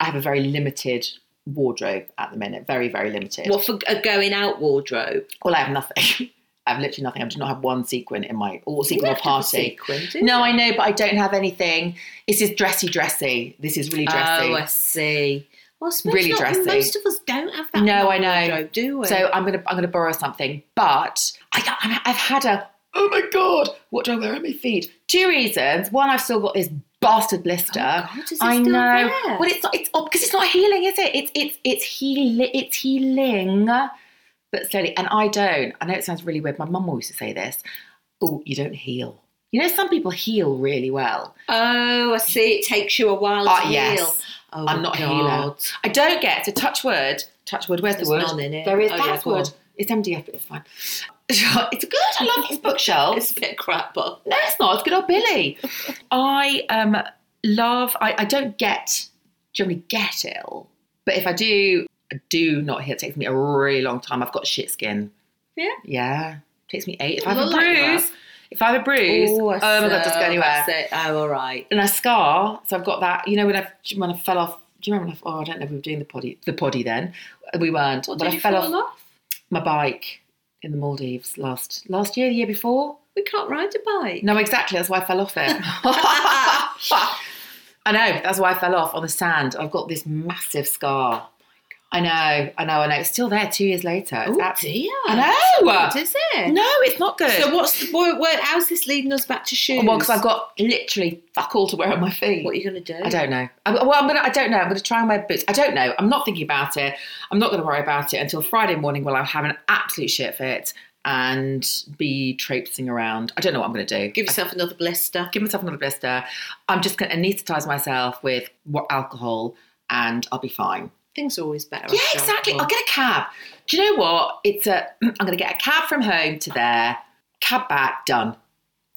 [SPEAKER 1] I have a very limited wardrobe at the minute. Very, very limited.
[SPEAKER 2] What for a going out wardrobe?
[SPEAKER 1] Well, I have nothing. I have literally nothing. I do not have one sequin in my or sequin or
[SPEAKER 2] have to have a
[SPEAKER 1] party.
[SPEAKER 2] sequin, do
[SPEAKER 1] no,
[SPEAKER 2] you?
[SPEAKER 1] I know, but I don't have anything. This is dressy, dressy. This is really dressy.
[SPEAKER 2] Oh, I see. Well, I suppose
[SPEAKER 1] Really
[SPEAKER 2] not-
[SPEAKER 1] dressy.
[SPEAKER 2] Most of us don't have that.
[SPEAKER 1] no, I
[SPEAKER 2] long
[SPEAKER 1] know.
[SPEAKER 2] wardrobe, do we?
[SPEAKER 1] So I'm gonna I'm gonna borrow something, but I got, I'm- I've had a oh my god, what do I wear on my feet? Two reasons. One, I've still got this bastard blister.
[SPEAKER 2] Oh God, is it
[SPEAKER 1] I
[SPEAKER 2] still
[SPEAKER 1] know.
[SPEAKER 2] there?
[SPEAKER 1] Well, it's not. It's because it's not healing, is it? It's it's it's healing. It's healing, but slowly. And I don't. I know it sounds really weird. My mum always used to say this. Oh, you don't heal. You know, some people heal really well.
[SPEAKER 2] oh, I see. It takes you a while
[SPEAKER 1] Ah,
[SPEAKER 2] to
[SPEAKER 1] yes.
[SPEAKER 2] heal. Oh,
[SPEAKER 1] I'm not a healer.
[SPEAKER 2] God.
[SPEAKER 1] I don't get to touch wood. Touch wood. Where's
[SPEAKER 2] There's
[SPEAKER 1] the word?
[SPEAKER 2] none in it.
[SPEAKER 1] There is.
[SPEAKER 2] Oh, yeah,
[SPEAKER 1] that's
[SPEAKER 2] go on.
[SPEAKER 1] wood. It's MDF, but it's fine. it's good. I love this bookshelf.
[SPEAKER 2] It's a bit crap, but
[SPEAKER 1] No, it's not. It's good old Billy. I um love. I, I don't get generally get ill, but if I do, I do not heal. It takes me a really long time. I've got shit skin.
[SPEAKER 2] Yeah.
[SPEAKER 1] Yeah. takes me eight. If I have a
[SPEAKER 2] Well, like you
[SPEAKER 1] bruise, if I have a bruise, oh, my god, just go anywhere.
[SPEAKER 2] I'm Oh, all right.
[SPEAKER 1] And a scar. So I've got that. You know when I when I fell off. Do you remember? When I, oh, I don't know. We were doing the poddy. The poddy then. We weren't.
[SPEAKER 2] What
[SPEAKER 1] but
[SPEAKER 2] did
[SPEAKER 1] I
[SPEAKER 2] you
[SPEAKER 1] fell
[SPEAKER 2] fall
[SPEAKER 1] off
[SPEAKER 2] off?
[SPEAKER 1] my bike in the Maldives last last year. The year before.
[SPEAKER 2] We can't ride a bike. Oh,
[SPEAKER 1] No, exactly. That's why I fell off it. I know. That's why I fell off on the sand. I've got this massive
[SPEAKER 2] Oh
[SPEAKER 1] scar. I know. I know. I know. It's still there two years later. It's
[SPEAKER 2] Oh
[SPEAKER 1] abs-
[SPEAKER 2] dear.
[SPEAKER 1] I know.
[SPEAKER 2] What is it?
[SPEAKER 1] No, it's not good.
[SPEAKER 2] So what's the boy? Where, how's this leading us back to shoes?
[SPEAKER 1] Well, because I've got literally fuck all to wear on my feet.
[SPEAKER 2] What are you going to do?
[SPEAKER 1] I don't know. I, well, I'm gonna. I don't know. I'm gonna try and wear boots. I don't know. I'm not thinking about it. I'm not gonna worry about it until Friday morning, when I'll have an absolute shit fit and be traipsing around. I don't know what I'm gonna do.
[SPEAKER 2] Give yourself another blister.
[SPEAKER 1] give myself another blister. I'm just going to anesthetize myself with wa- alcohol and I'll be fine.
[SPEAKER 2] Things are always better.
[SPEAKER 1] Yeah,
[SPEAKER 2] after
[SPEAKER 1] exactly. I'll
[SPEAKER 2] alcohol.
[SPEAKER 1] get a cab. Do you know what? It's a. I'm going to get a cab from home to there, cab back, done.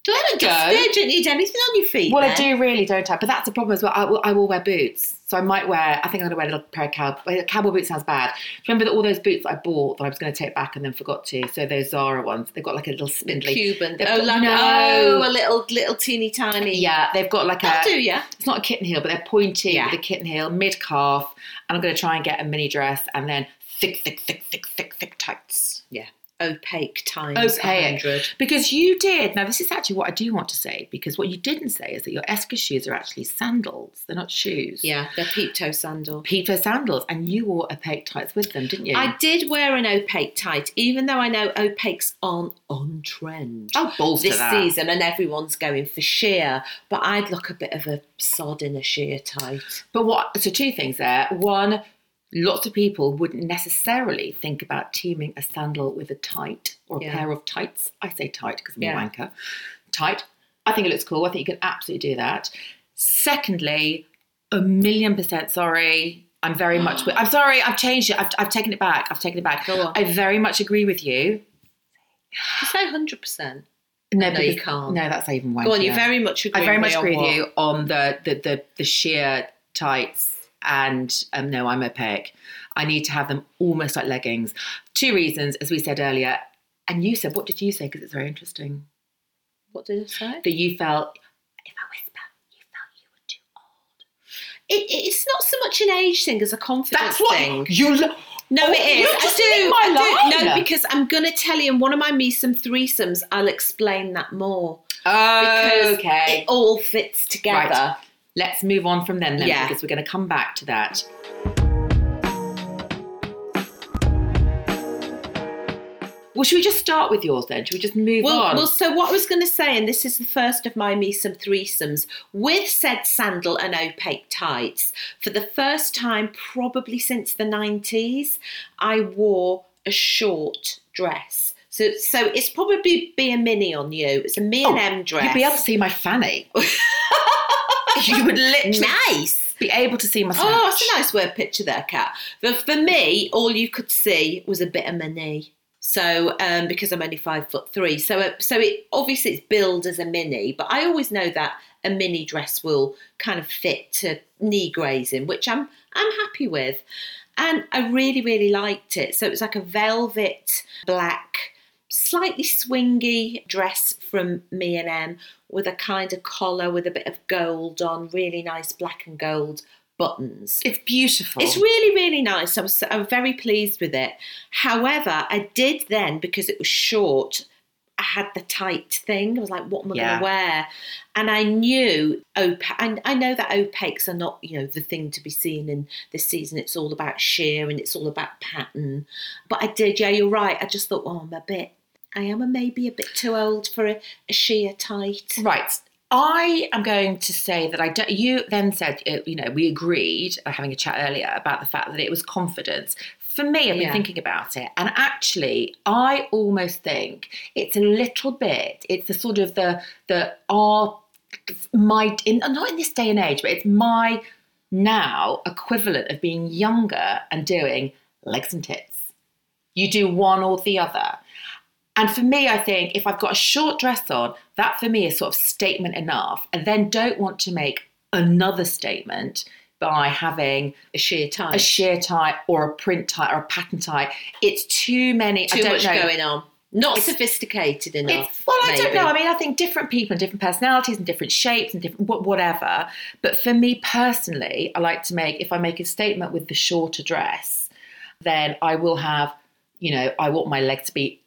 [SPEAKER 2] There we
[SPEAKER 1] go.
[SPEAKER 2] There, don't need anything on your feet.
[SPEAKER 1] Well, I
[SPEAKER 2] then.
[SPEAKER 1] do really, don't I? But that's the problem as well. I will, I will wear boots. So I might wear, I think I'm going to wear a little pair of cowboy, cowboy boots sounds bad. Do you remember that all those boots that I bought that I was going to take back and then forgot to? So those Zara ones, they've got like a little spindly.
[SPEAKER 2] Cuban.
[SPEAKER 1] They've
[SPEAKER 2] Oh,
[SPEAKER 1] got-
[SPEAKER 2] like
[SPEAKER 1] no.
[SPEAKER 2] oh, a little, little teeny tiny.
[SPEAKER 1] Yeah, they've got like
[SPEAKER 2] That'll
[SPEAKER 1] a.
[SPEAKER 2] do. Yeah.
[SPEAKER 1] it's not a kitten heel, but they're pointy
[SPEAKER 2] Yeah.
[SPEAKER 1] with a kitten heel, mid calf, and I'm going to try and get a mini dress and then thick, thick, thick, thick, thick, thick tights.
[SPEAKER 2] Yeah. Opaque times.
[SPEAKER 1] Opaque.
[SPEAKER 2] 100.
[SPEAKER 1] Because you did. Now, this is actually what I do want to say because what you didn't say is that your Esker shoes are actually sandals. They're not shoes.
[SPEAKER 2] Yeah. They're peep toe sandal.
[SPEAKER 1] Peter sandals, and you wore opaque tights with them, didn't you?
[SPEAKER 2] I did wear an opaque tight, even though I know opaques aren't on trend
[SPEAKER 1] Oh, balls to
[SPEAKER 2] this
[SPEAKER 1] that.
[SPEAKER 2] season and everyone's going for sheer. But I'd look a bit of a sod in a sheer tight.
[SPEAKER 1] But what? So two things there. One, lots of people wouldn't necessarily think about teaming a sandal with a tight or a
[SPEAKER 2] Yeah.
[SPEAKER 1] pair of tights. I say tight because I'm
[SPEAKER 2] Yeah.
[SPEAKER 1] a wanker. Tight. I think it looks cool. I think you can absolutely do that. Secondly, a million percent sorry. I'm very much. With, I'm sorry. I've changed it. I've, I've taken it back. I've taken it back.
[SPEAKER 2] Go on.
[SPEAKER 1] I very much agree with you.
[SPEAKER 2] You say hundred percent.
[SPEAKER 1] No,
[SPEAKER 2] No, you
[SPEAKER 1] because-
[SPEAKER 2] can't.
[SPEAKER 1] No, that's even wankier.
[SPEAKER 2] Go on, you very much agree.
[SPEAKER 1] I very
[SPEAKER 2] with
[SPEAKER 1] much
[SPEAKER 2] me on
[SPEAKER 1] agree with
[SPEAKER 2] what-
[SPEAKER 1] you on the the the, the sheer tights and um, no, I'm opaque. I need to have them almost like leggings. Two reasons, as we said earlier, and you said, what did you say? Because it's very interesting
[SPEAKER 2] What did I say?
[SPEAKER 1] that you felt.
[SPEAKER 2] It, it's not so much an age thing as a confidence
[SPEAKER 1] That's what
[SPEAKER 2] thing.
[SPEAKER 1] you. Lo-
[SPEAKER 2] No,
[SPEAKER 1] Oh,
[SPEAKER 2] it is.
[SPEAKER 1] you're just
[SPEAKER 2] I do.
[SPEAKER 1] in my
[SPEAKER 2] I do.
[SPEAKER 1] line.
[SPEAKER 2] No, because I'm going to tell you in one of my mesome threesomes, I'll explain that more. because
[SPEAKER 1] okay.
[SPEAKER 2] it all fits together.
[SPEAKER 1] Right. Let's move on from then, then
[SPEAKER 2] Yeah.
[SPEAKER 1] because we're going to come back to that. Well, should we just start with yours then? Should we just move
[SPEAKER 2] Well,
[SPEAKER 1] on?
[SPEAKER 2] well, so what I was going to say, and this is the first of my me some threesomes with said sandal and opaque tights. For the first time, probably since the nineties, I wore a short dress. So, so it's probably be a mini on you. It's a me and M dress.
[SPEAKER 1] Oh, You'd be able to see my fanny. you would literally
[SPEAKER 2] nice.
[SPEAKER 1] be able to see my snatch.
[SPEAKER 2] Oh, that's a nice word picture there, Kat. But for me, all you could see was a bit of my knee. So, um, because I'm only five foot three, so uh, so it obviously it's billed as a mini, but I always know that a mini dress will kind of fit to knee grazing, which I'm I'm happy with, and I really really liked it. So it was like a velvet black slightly swingy dress from me and M with a kind of collar with a bit of gold on, really nice black and gold buttons.
[SPEAKER 1] It's beautiful.
[SPEAKER 2] It's really, really nice. I was, I'm very pleased with it. However, I did then, because it was short, I had the tight thing. I was like, what am I going
[SPEAKER 1] Yeah.
[SPEAKER 2] to wear? And I knew, opa- and I know that opaques are not, you know, the thing to be seen in this season. It's all about sheer and it's all about pattern. But I did, yeah, you're right. I just thought, well, I'm a bit, I am a maybe a bit too old for a, a sheer tight.
[SPEAKER 1] Right. I am going to say that I don't. You then said, uh, you know, we agreed, uh, having a chat earlier, about the fact that it was confidence. For me, I've been
[SPEAKER 2] Yeah.
[SPEAKER 1] thinking about it, and actually, I almost think it's a little bit. It's the sort of the the our my in not in this day and age, but it's my now equivalent of being younger and doing legs and tits. You do one or the other. And for me, I think if I've got a short dress on, that for me is sort of statement enough. And then don't want to make another statement by having
[SPEAKER 2] A sheer tight.
[SPEAKER 1] a sheer tie or a print tie or a pattern tie. It's too many. I
[SPEAKER 2] too
[SPEAKER 1] don't
[SPEAKER 2] much
[SPEAKER 1] know.
[SPEAKER 2] going on. Not
[SPEAKER 1] It's-
[SPEAKER 2] sophisticated enough.
[SPEAKER 1] It's, well, I don't
[SPEAKER 2] maybe.
[SPEAKER 1] know. I mean, I think different people and different personalities and different shapes and different wha- whatever. But for me personally, I like to make if I make a statement with the shorter dress, then I will have, you know, I want my legs to be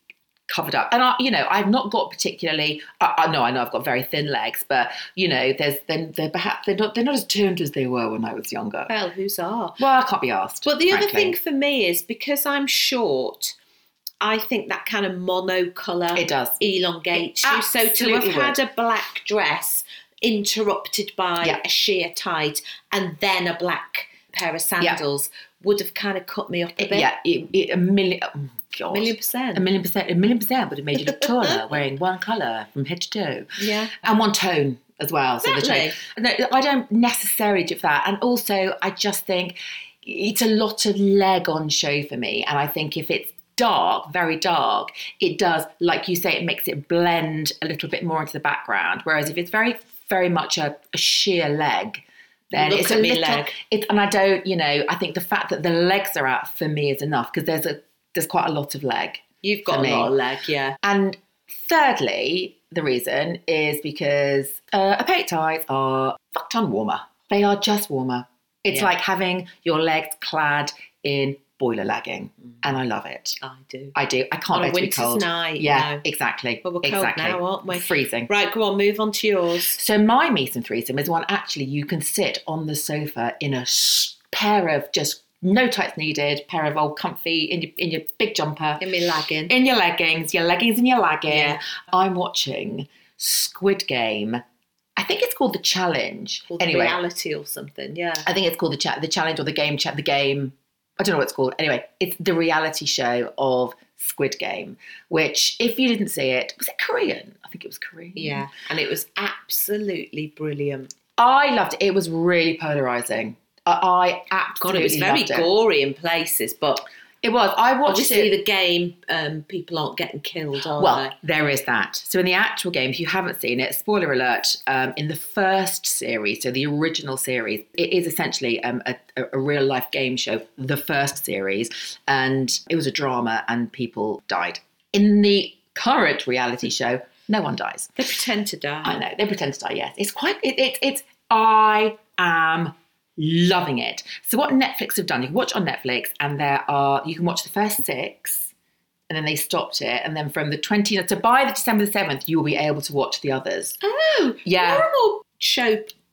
[SPEAKER 1] covered up. And I, you know, I've not got particularly. I, I know, I know, I've got very thin legs, but you know, there's then they're perhaps they're not they're not as toned as they were when I was younger.
[SPEAKER 2] Well, who's are?
[SPEAKER 1] Well, I can't be asked.
[SPEAKER 2] But Uh, the other
[SPEAKER 1] frankly.
[SPEAKER 2] thing for me is because I'm short, I think that kind of monocolour
[SPEAKER 1] It does.
[SPEAKER 2] elongates
[SPEAKER 1] It
[SPEAKER 2] you. So to have
[SPEAKER 1] absolutely
[SPEAKER 2] had a black dress interrupted by
[SPEAKER 1] Yeah.
[SPEAKER 2] a sheer tight and then a black pair of sandals would have kind of cut me up a bit.
[SPEAKER 1] yeah, it, it, a million. oh, God.
[SPEAKER 2] Million percent.
[SPEAKER 1] A million percent. A million percent would have made you look taller wearing one colour from head to toe.
[SPEAKER 2] Yeah.
[SPEAKER 1] And one tone as well. So the tone.
[SPEAKER 2] Exactly.
[SPEAKER 1] No, I don't necessarily do that. And also, I just think it's a lot of leg on show for me. And I think if it's dark, very dark, it does, like you say, it makes it blend a little bit more into the background. Whereas if it's very, very much a, a sheer leg, then
[SPEAKER 2] Look
[SPEAKER 1] it's
[SPEAKER 2] at
[SPEAKER 1] a
[SPEAKER 2] me
[SPEAKER 1] little,
[SPEAKER 2] leg.
[SPEAKER 1] It, and I don't, you know, I think the fact that the legs are out for me is enough because there's a there's quite a lot of leg.
[SPEAKER 2] You've got
[SPEAKER 1] For
[SPEAKER 2] a
[SPEAKER 1] me.
[SPEAKER 2] lot of leg, yeah.
[SPEAKER 1] And thirdly, the reason is because uh, opaque ties are fuck ton warmer. They are just warmer. It's
[SPEAKER 2] Yeah.
[SPEAKER 1] like having your legs clad in boiler lagging, and I love it.
[SPEAKER 2] I do.
[SPEAKER 1] I do. I can't
[SPEAKER 2] Mm. Oh. On a
[SPEAKER 1] wait to be
[SPEAKER 2] winter's
[SPEAKER 1] cold.
[SPEAKER 2] night,
[SPEAKER 1] yeah,
[SPEAKER 2] no.
[SPEAKER 1] exactly.
[SPEAKER 2] But we're cold
[SPEAKER 1] exactly.
[SPEAKER 2] now, aren't we?
[SPEAKER 1] Freezing.
[SPEAKER 2] Right, go on, move on to yours.
[SPEAKER 1] So my meet and threesome is one actually you can sit on the sofa in a s- pair of just no tights needed, pair of old comfy in your in your big jumper,
[SPEAKER 2] In me lagging.
[SPEAKER 1] in your leggings, your leggings and your lagging.
[SPEAKER 2] Yeah.
[SPEAKER 1] I'm watching Squid Game. I think it's called the Challenge.
[SPEAKER 2] Or the
[SPEAKER 1] anyway,
[SPEAKER 2] reality or something, yeah.
[SPEAKER 1] I think it's called the cha- the Challenge or the Game Chat the Game. I don't know what it's called. Anyway, it's the reality show of Squid Game, which if you didn't see it, was it Korean? I think it was Korean.
[SPEAKER 2] Yeah. Mm-hmm. And it was absolutely brilliant.
[SPEAKER 1] I loved it. It was really polarizing. I, I
[SPEAKER 2] God,
[SPEAKER 1] absolutely
[SPEAKER 2] it was very
[SPEAKER 1] loved it.
[SPEAKER 2] gory in places, but
[SPEAKER 1] It was. I watched it.
[SPEAKER 2] obviously the game um, people aren't getting killed, are
[SPEAKER 1] Well, there is that. So, in the actual game, if you haven't seen it, spoiler alert, um, in the first series, so the original series, it is essentially um, a, a, a real life game show, the first series, and it was a drama and people died. In the current reality show, no one dies.
[SPEAKER 2] they? They pretend to die.
[SPEAKER 1] I know they pretend to die. Yes, it's quite. It, it, it's. I am loving it. So what Netflix have done, you can watch on Netflix, and there are you can watch the first six, and then they stopped it. And then from the 20th to by the December the 7th, you will be able to watch the others.
[SPEAKER 2] Oh,
[SPEAKER 1] Yeah.
[SPEAKER 2] More and more show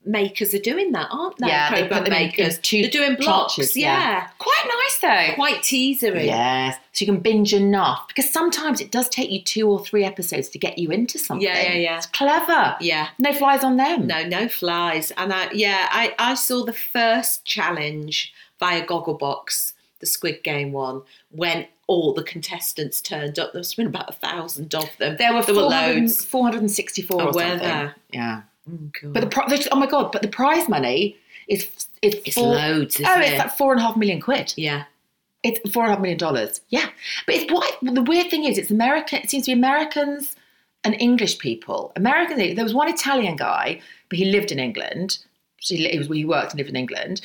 [SPEAKER 2] makers are doing that, aren't they?
[SPEAKER 1] Yeah, they
[SPEAKER 2] Program
[SPEAKER 1] put them in- in
[SPEAKER 2] makers.
[SPEAKER 1] two
[SPEAKER 2] They're doing blocks.
[SPEAKER 1] tranches,
[SPEAKER 2] yeah.
[SPEAKER 1] yeah. Quite nice though.
[SPEAKER 2] Quite teasery.
[SPEAKER 1] Yes. So you can binge enough because sometimes it does take you two or three episodes to get you into something.
[SPEAKER 2] yeah, yeah.
[SPEAKER 1] It's clever.
[SPEAKER 2] Yeah.
[SPEAKER 1] No flies on them.
[SPEAKER 2] No, no flies. And I, yeah, I, I saw the first challenge via Gogglebox, the Squid Game one, when all the contestants turned up. There's been about a thousand of them.
[SPEAKER 1] There were,
[SPEAKER 2] there were loads.
[SPEAKER 1] 464
[SPEAKER 2] Oh,
[SPEAKER 1] or
[SPEAKER 2] were
[SPEAKER 1] something.
[SPEAKER 2] there?
[SPEAKER 1] Yeah.
[SPEAKER 2] Oh, God.
[SPEAKER 1] But the pri- there's- oh my god! But the prize money is is
[SPEAKER 2] It's
[SPEAKER 1] four-
[SPEAKER 2] loads, isn't
[SPEAKER 1] oh, it's
[SPEAKER 2] it?
[SPEAKER 1] like four and a half million quid.
[SPEAKER 2] yeah,
[SPEAKER 1] It's four and a half million dollars. Yeah, but it's what the weird thing is, it's American. It seems to be Americans and English people. Americans. There was one Italian guy, but he lived in England. So he, li- he, was, he worked and lived in England.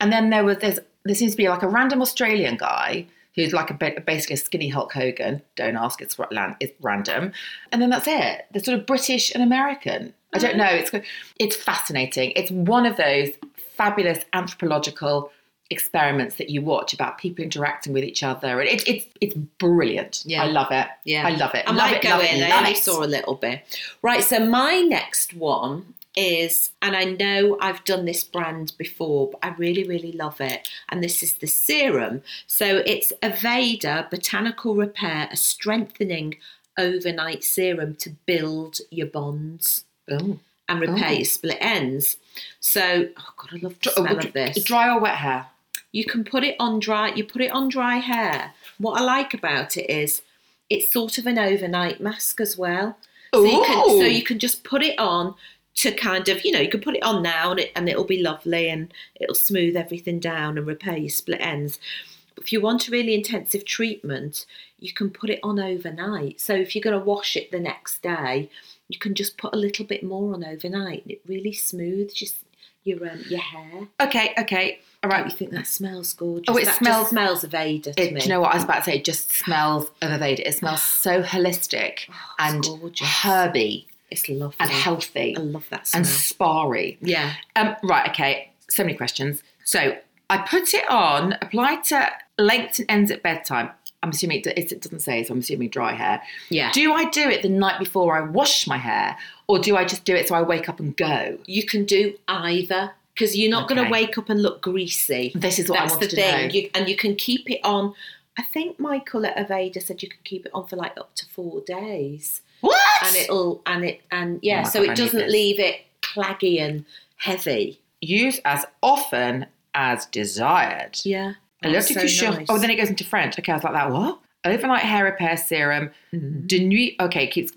[SPEAKER 1] And then there was there's there seems to be like a random Australian guy who's like a bit, basically a skinny Hulk Hogan. Don't ask. It's ra- lan- it's random. And then that's it. They're sort of British and American. I
[SPEAKER 2] Oh.
[SPEAKER 1] don't know. It's it's fascinating. It's one of those fabulous anthropological experiments that you watch about people interacting with each other. And it, it's it's brilliant.
[SPEAKER 2] Yeah.
[SPEAKER 1] I love it.
[SPEAKER 2] yeah.
[SPEAKER 1] I love it.
[SPEAKER 2] I
[SPEAKER 1] love
[SPEAKER 2] might
[SPEAKER 1] it,
[SPEAKER 2] go
[SPEAKER 1] love
[SPEAKER 2] in.
[SPEAKER 1] It,
[SPEAKER 2] I
[SPEAKER 1] love
[SPEAKER 2] only
[SPEAKER 1] it.
[SPEAKER 2] saw a little bit. Right, so my next one is, and I know I've done this brand before, but I really, really love it. And this is the serum. So it's Aveda Botanical Repair, a strengthening overnight serum to build your bonds
[SPEAKER 1] Ooh.
[SPEAKER 2] and repair
[SPEAKER 1] Oh.
[SPEAKER 2] your split ends. So, oh God, I love the
[SPEAKER 1] Dr-
[SPEAKER 2] smell
[SPEAKER 1] dr-
[SPEAKER 2] of this
[SPEAKER 1] Dry or wet hair?
[SPEAKER 2] you can put it on dry you put it on dry hair what i like about it is it's sort of an overnight mask as well so you can so
[SPEAKER 1] Ooh.
[SPEAKER 2] you can just put it on to kind of you know you can put it on now and, it, and it'll be lovely and it'll smooth everything down and repair your split ends if you want a really intensive treatment you can put it on overnight so if you're going to wash it the next day you can just put a little bit more on overnight and it really smooths just your um, your hair
[SPEAKER 1] Okay, okay. All
[SPEAKER 2] Right,
[SPEAKER 1] right.
[SPEAKER 2] Oh, you think that smells gorgeous?
[SPEAKER 1] Oh, it
[SPEAKER 2] That just
[SPEAKER 1] smells-
[SPEAKER 2] smells of Ada to
[SPEAKER 1] It,
[SPEAKER 2] me.
[SPEAKER 1] do you know what I was about to say? It just smells of Aveda. It smells so holistic and
[SPEAKER 2] Oh, gorgeous.
[SPEAKER 1] herby
[SPEAKER 2] it's lovely
[SPEAKER 1] and healthy
[SPEAKER 2] I love that smell.
[SPEAKER 1] and sparry.
[SPEAKER 2] yeah,
[SPEAKER 1] Um, right, okay. So many questions. So I put it on, applied to lengths and ends at bedtime. I'm assuming it, it doesn't say, so I'm assuming dry hair.
[SPEAKER 2] yeah.
[SPEAKER 1] Do I do it the night before I wash my hair, or do I just do it so I wake up and go?
[SPEAKER 2] you can do either because you're not going to
[SPEAKER 1] Okay.
[SPEAKER 2] wake up and look greasy.
[SPEAKER 1] This is what I
[SPEAKER 2] That's
[SPEAKER 1] wanted
[SPEAKER 2] the
[SPEAKER 1] to
[SPEAKER 2] thing.
[SPEAKER 1] know.
[SPEAKER 2] You, and you can keep it on. I think Michael at Aveda said you can keep it on for like up to four days,
[SPEAKER 1] What?
[SPEAKER 2] and it'll and it and yeah,
[SPEAKER 1] Oh my God,
[SPEAKER 2] so
[SPEAKER 1] I
[SPEAKER 2] it
[SPEAKER 1] need
[SPEAKER 2] doesn't
[SPEAKER 1] this.
[SPEAKER 2] leave it claggy and heavy.
[SPEAKER 1] Use as often as desired.
[SPEAKER 2] Yeah,
[SPEAKER 1] I love
[SPEAKER 2] That's
[SPEAKER 1] to
[SPEAKER 2] so
[SPEAKER 1] couche-
[SPEAKER 2] nice.
[SPEAKER 1] Oh, then it goes into French. Okay, I was like that. What? Overnight hair repair serum. De nuit. Okay, keeps.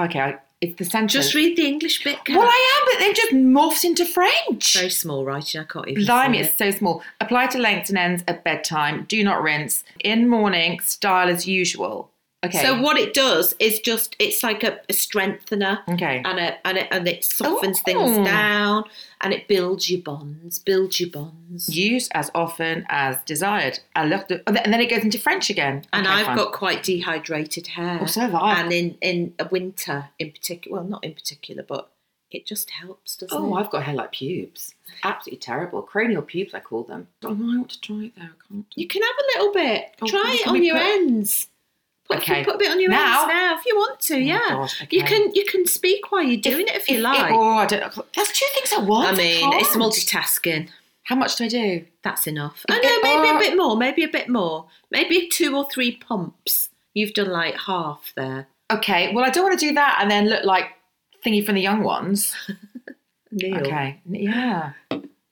[SPEAKER 1] Okay, I- it's the sentence.
[SPEAKER 2] Mm-hmm. just read the English bit. Kat.
[SPEAKER 1] Well, I am, but then just morphs into French.
[SPEAKER 2] very small writing. I can't even.
[SPEAKER 1] Blimey,
[SPEAKER 2] see it.
[SPEAKER 1] it's so small. Apply to lengths and ends at bedtime. Do not rinse. In morning, style as usual. Okay.
[SPEAKER 2] So what it does is just it's like a, a strengthener.
[SPEAKER 1] Okay.
[SPEAKER 2] And a, and it and it softens
[SPEAKER 1] Oh.
[SPEAKER 2] things down and it builds your bonds, builds your bonds.
[SPEAKER 1] Use as often as desired. I love the, oh, th- and then it goes into French again.
[SPEAKER 2] and
[SPEAKER 1] Okay,
[SPEAKER 2] I've
[SPEAKER 1] fine.
[SPEAKER 2] got quite dehydrated hair.
[SPEAKER 1] Oh, so have I.
[SPEAKER 2] And in in a winter in particular, well, not in particular, but it just helps, doesn't
[SPEAKER 1] Oh,
[SPEAKER 2] it?
[SPEAKER 1] I've got hair like pubes. Absolutely terrible. Cranial pubes, I call them. Oh, I want to try it though. I can't.
[SPEAKER 2] You can have a little bit.
[SPEAKER 1] Oh,
[SPEAKER 2] Try
[SPEAKER 1] can
[SPEAKER 2] it
[SPEAKER 1] we
[SPEAKER 2] on your
[SPEAKER 1] put-
[SPEAKER 2] ends. Put,
[SPEAKER 1] Okay.
[SPEAKER 2] put a bit on your
[SPEAKER 1] Now? Oh
[SPEAKER 2] ends now if you want to. yeah,
[SPEAKER 1] gosh,
[SPEAKER 2] you
[SPEAKER 1] okay.
[SPEAKER 2] can you can speak while you're doing it if you like.
[SPEAKER 1] oh, I don't know. That's two things at once.
[SPEAKER 2] I mean,
[SPEAKER 1] can't.
[SPEAKER 2] it's multitasking.
[SPEAKER 1] How much do I do?
[SPEAKER 2] That's enough.
[SPEAKER 1] If
[SPEAKER 2] Oh
[SPEAKER 1] it-
[SPEAKER 2] no, maybe
[SPEAKER 1] or-
[SPEAKER 2] a bit more. Maybe a bit more. Maybe two or three pumps. You've done like half there.
[SPEAKER 1] Okay, well, I don't want to do that and then look like thingy from the young ones.
[SPEAKER 2] Neil,
[SPEAKER 1] Okay, yeah.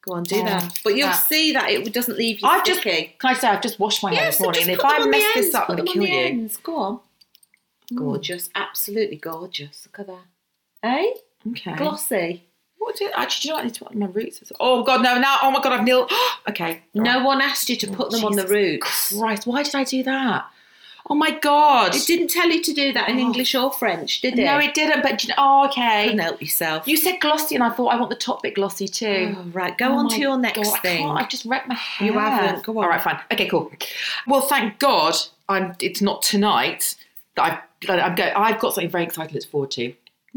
[SPEAKER 2] go on, do
[SPEAKER 1] Yeah.
[SPEAKER 2] that. But you'll
[SPEAKER 1] Oh, That.
[SPEAKER 2] see that it doesn't leave you
[SPEAKER 1] I've just, can
[SPEAKER 2] sticky.
[SPEAKER 1] I say, I've just washed my hair
[SPEAKER 2] Yeah,
[SPEAKER 1] this
[SPEAKER 2] so
[SPEAKER 1] morning.
[SPEAKER 2] just
[SPEAKER 1] and if
[SPEAKER 2] put them
[SPEAKER 1] I
[SPEAKER 2] on
[SPEAKER 1] mess
[SPEAKER 2] the
[SPEAKER 1] this
[SPEAKER 2] ends,
[SPEAKER 1] up, I'm going
[SPEAKER 2] put them
[SPEAKER 1] to
[SPEAKER 2] on
[SPEAKER 1] kill
[SPEAKER 2] the
[SPEAKER 1] you.
[SPEAKER 2] ends. Go on. Gorgeous, absolutely gorgeous. Look at that. Hey,
[SPEAKER 1] Okay.
[SPEAKER 2] glossy.
[SPEAKER 1] What do, actually, do you know what? I need to put my roots. as- Oh, God, no, now. Oh, my God, I've nil. okay.
[SPEAKER 2] No one asked you to put them on the
[SPEAKER 1] Jesus
[SPEAKER 2] roots.
[SPEAKER 1] Christ, why did I do that? Oh, my God.
[SPEAKER 2] It didn't tell you to do that in English or French, did it?
[SPEAKER 1] Oh. No, it didn't, but, do you know, oh,
[SPEAKER 2] You
[SPEAKER 1] okay.
[SPEAKER 2] couldn't help yourself.
[SPEAKER 1] You said glossy, and I thought I want the top bit glossy too.
[SPEAKER 2] Oh, right, go
[SPEAKER 1] Oh
[SPEAKER 2] on
[SPEAKER 1] my
[SPEAKER 2] to your next
[SPEAKER 1] God, I can't,
[SPEAKER 2] thing.
[SPEAKER 1] I've just wrecked my hair.
[SPEAKER 2] You haven't, go on.
[SPEAKER 1] All right, fine. Okay, cool. Well, thank God, I'm. It's not tonight that I. That I'm going. I've got something very exciting to look forward to.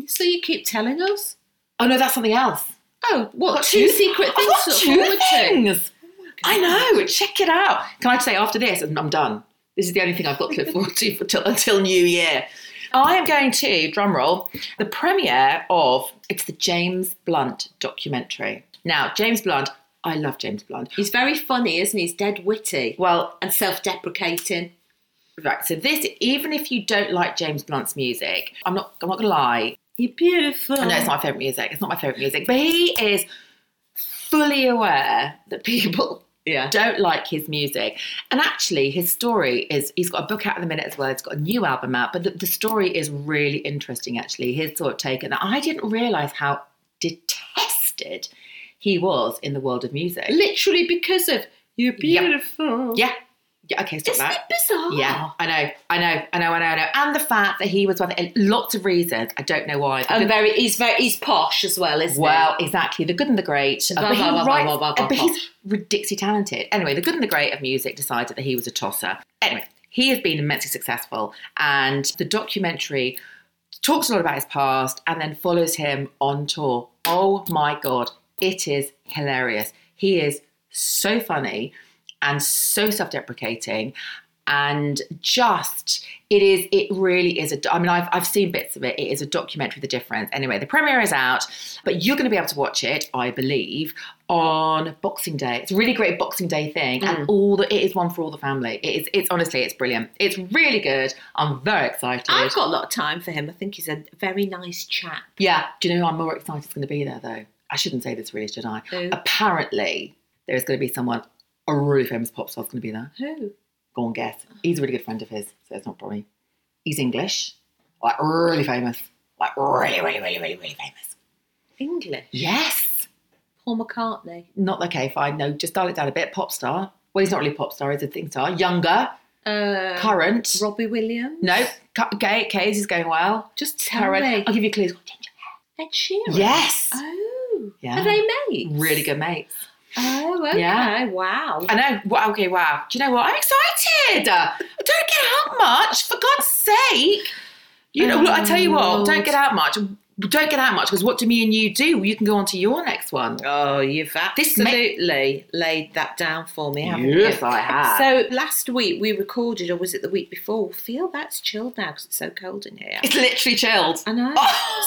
[SPEAKER 2] So you keep telling us?
[SPEAKER 1] Oh no, that's something else.
[SPEAKER 2] Oh, what?
[SPEAKER 1] Got
[SPEAKER 2] two, secret
[SPEAKER 1] I've
[SPEAKER 2] things
[SPEAKER 1] got
[SPEAKER 2] to look
[SPEAKER 1] two
[SPEAKER 2] forward to.
[SPEAKER 1] things. I know. Check it out. Can I say after this, and I'm done. This is the only thing I've got to look forward to for till, until New Year. I am going to, drumroll, the premiere of it's the James Blunt documentary. Now, James Blunt, I love James Blunt.
[SPEAKER 2] He's very funny, isn't he? He's dead witty
[SPEAKER 1] Well,
[SPEAKER 2] and self-deprecating.
[SPEAKER 1] right, so this, even if you don't like James Blunt's music, I'm not I'm not gonna lie,
[SPEAKER 2] You're beautiful.
[SPEAKER 1] I know it's not my favourite music. It's not my favourite music. But he is fully aware that people
[SPEAKER 2] Yeah.
[SPEAKER 1] don't like his music. And actually, his story is he's got a book out at the minute as well. He's got a new album out. But the, the story is really interesting, actually. His sort of take. And I didn't realise how detested he was in the world of music.
[SPEAKER 2] Literally because of you're beautiful.
[SPEAKER 1] Yeah. Yeah, okay, stop
[SPEAKER 2] Isn't
[SPEAKER 1] that.
[SPEAKER 2] it bizarre?
[SPEAKER 1] Yeah, I know, I know, I know, I know, I know. And the fact that he was one, and lots of reasons. I don't know why.
[SPEAKER 2] And very he's very he's posh as well, isn't
[SPEAKER 1] Well, exactly. The Good and the Great.
[SPEAKER 2] Blah,
[SPEAKER 1] but
[SPEAKER 2] blah,
[SPEAKER 1] he
[SPEAKER 2] blah, blah,
[SPEAKER 1] writes,
[SPEAKER 2] blah, blah,
[SPEAKER 1] uh, but
[SPEAKER 2] blah.
[SPEAKER 1] he's ridiculously talented. Anyway, The Good and the Great of music decided that he was a tosser. Anyway, he has been immensely successful, and the documentary talks a lot about his past and then follows him on tour. Oh my God, it is hilarious. He is so funny and so self deprecating. And just, it is, it really is a. I mean, I've, I've seen bits of it. It is a documentary, The Difference. Anyway, the premiere is out, but you're going to be able to watch it, I believe, on Boxing Day. It's a really great Boxing Day thing. And all the, it is one for all the family. It is, it's honestly, it's brilliant. It's really good. I'm very excited.
[SPEAKER 2] I've got a lot of time for him. I think he's a very nice chap.
[SPEAKER 1] Yeah. Do you know who I'm more excited is going to be there though? I shouldn't say this really, should I?
[SPEAKER 2] Who?
[SPEAKER 1] Apparently, there is going to be someone, a really famous pop star's going to be there.
[SPEAKER 2] Who?
[SPEAKER 1] Go and guess. He's a really good friend of his, so it's not probably. He's English, like really famous, like really, really, really, really, really famous.
[SPEAKER 2] English.
[SPEAKER 1] Yes.
[SPEAKER 2] Paul McCartney.
[SPEAKER 1] Not okay, fine. No, just dial it down a bit. Pop star. Well, he's not really a pop star. He's a thing star. Younger,
[SPEAKER 2] Uh,
[SPEAKER 1] current.
[SPEAKER 2] Robbie Williams.
[SPEAKER 1] no, cu- gay. Kay's is going well.
[SPEAKER 2] Just tell
[SPEAKER 1] Current.
[SPEAKER 2] me.
[SPEAKER 1] I'll give you clues.
[SPEAKER 2] Ed Sheeran.
[SPEAKER 1] Yes.
[SPEAKER 2] Oh.
[SPEAKER 1] Yeah.
[SPEAKER 2] Are they mates?
[SPEAKER 1] Really good mates.
[SPEAKER 2] Oh, okay.
[SPEAKER 1] Yeah.
[SPEAKER 2] Wow.
[SPEAKER 1] I know. Wow, okay, wow. Do you know what? I'm excited. I don't get out much, for God's sake. You know,
[SPEAKER 2] Oh,
[SPEAKER 1] look, I tell you what,
[SPEAKER 2] Lord.
[SPEAKER 1] don't get out much. Don't get out much because what do me and you do? You can go on to your next one.
[SPEAKER 2] Oh, you've
[SPEAKER 1] This ma-
[SPEAKER 2] absolutely laid that down for me, haven't
[SPEAKER 1] Yes,
[SPEAKER 2] you?
[SPEAKER 1] I have.
[SPEAKER 2] So last week we recorded, or was it the week before? Feel that's chilled now because it's so cold in here.
[SPEAKER 1] It's Oh. literally chilled.
[SPEAKER 2] I know.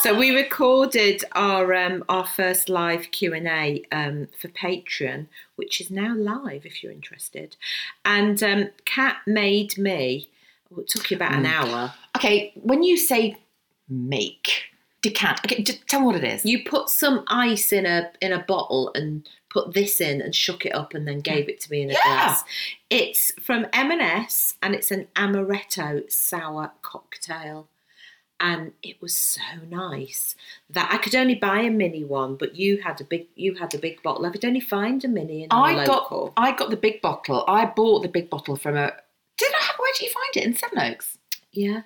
[SPEAKER 2] so we recorded our um, our first live Q and A um, for Patreon, which is now live if you're interested. And um, Kat made me. well, It took you about an
[SPEAKER 1] Mm.
[SPEAKER 2] hour.
[SPEAKER 1] Okay, when you say make, decant, okay, just tell me what it is.
[SPEAKER 2] You put some ice in a in a bottle and put this in and shook it up and then gave it to me in a
[SPEAKER 1] Yeah.
[SPEAKER 2] glass. It's from M&S and it's an amaretto sour cocktail. And it was so nice that I could only buy a mini one, but you had a big you had a big bottle. I could only find a mini in our
[SPEAKER 1] I
[SPEAKER 2] local.
[SPEAKER 1] got I got the big bottle. I bought the big bottle from a. Did I have? Where did you find it in Sevenoaks?
[SPEAKER 2] yeah.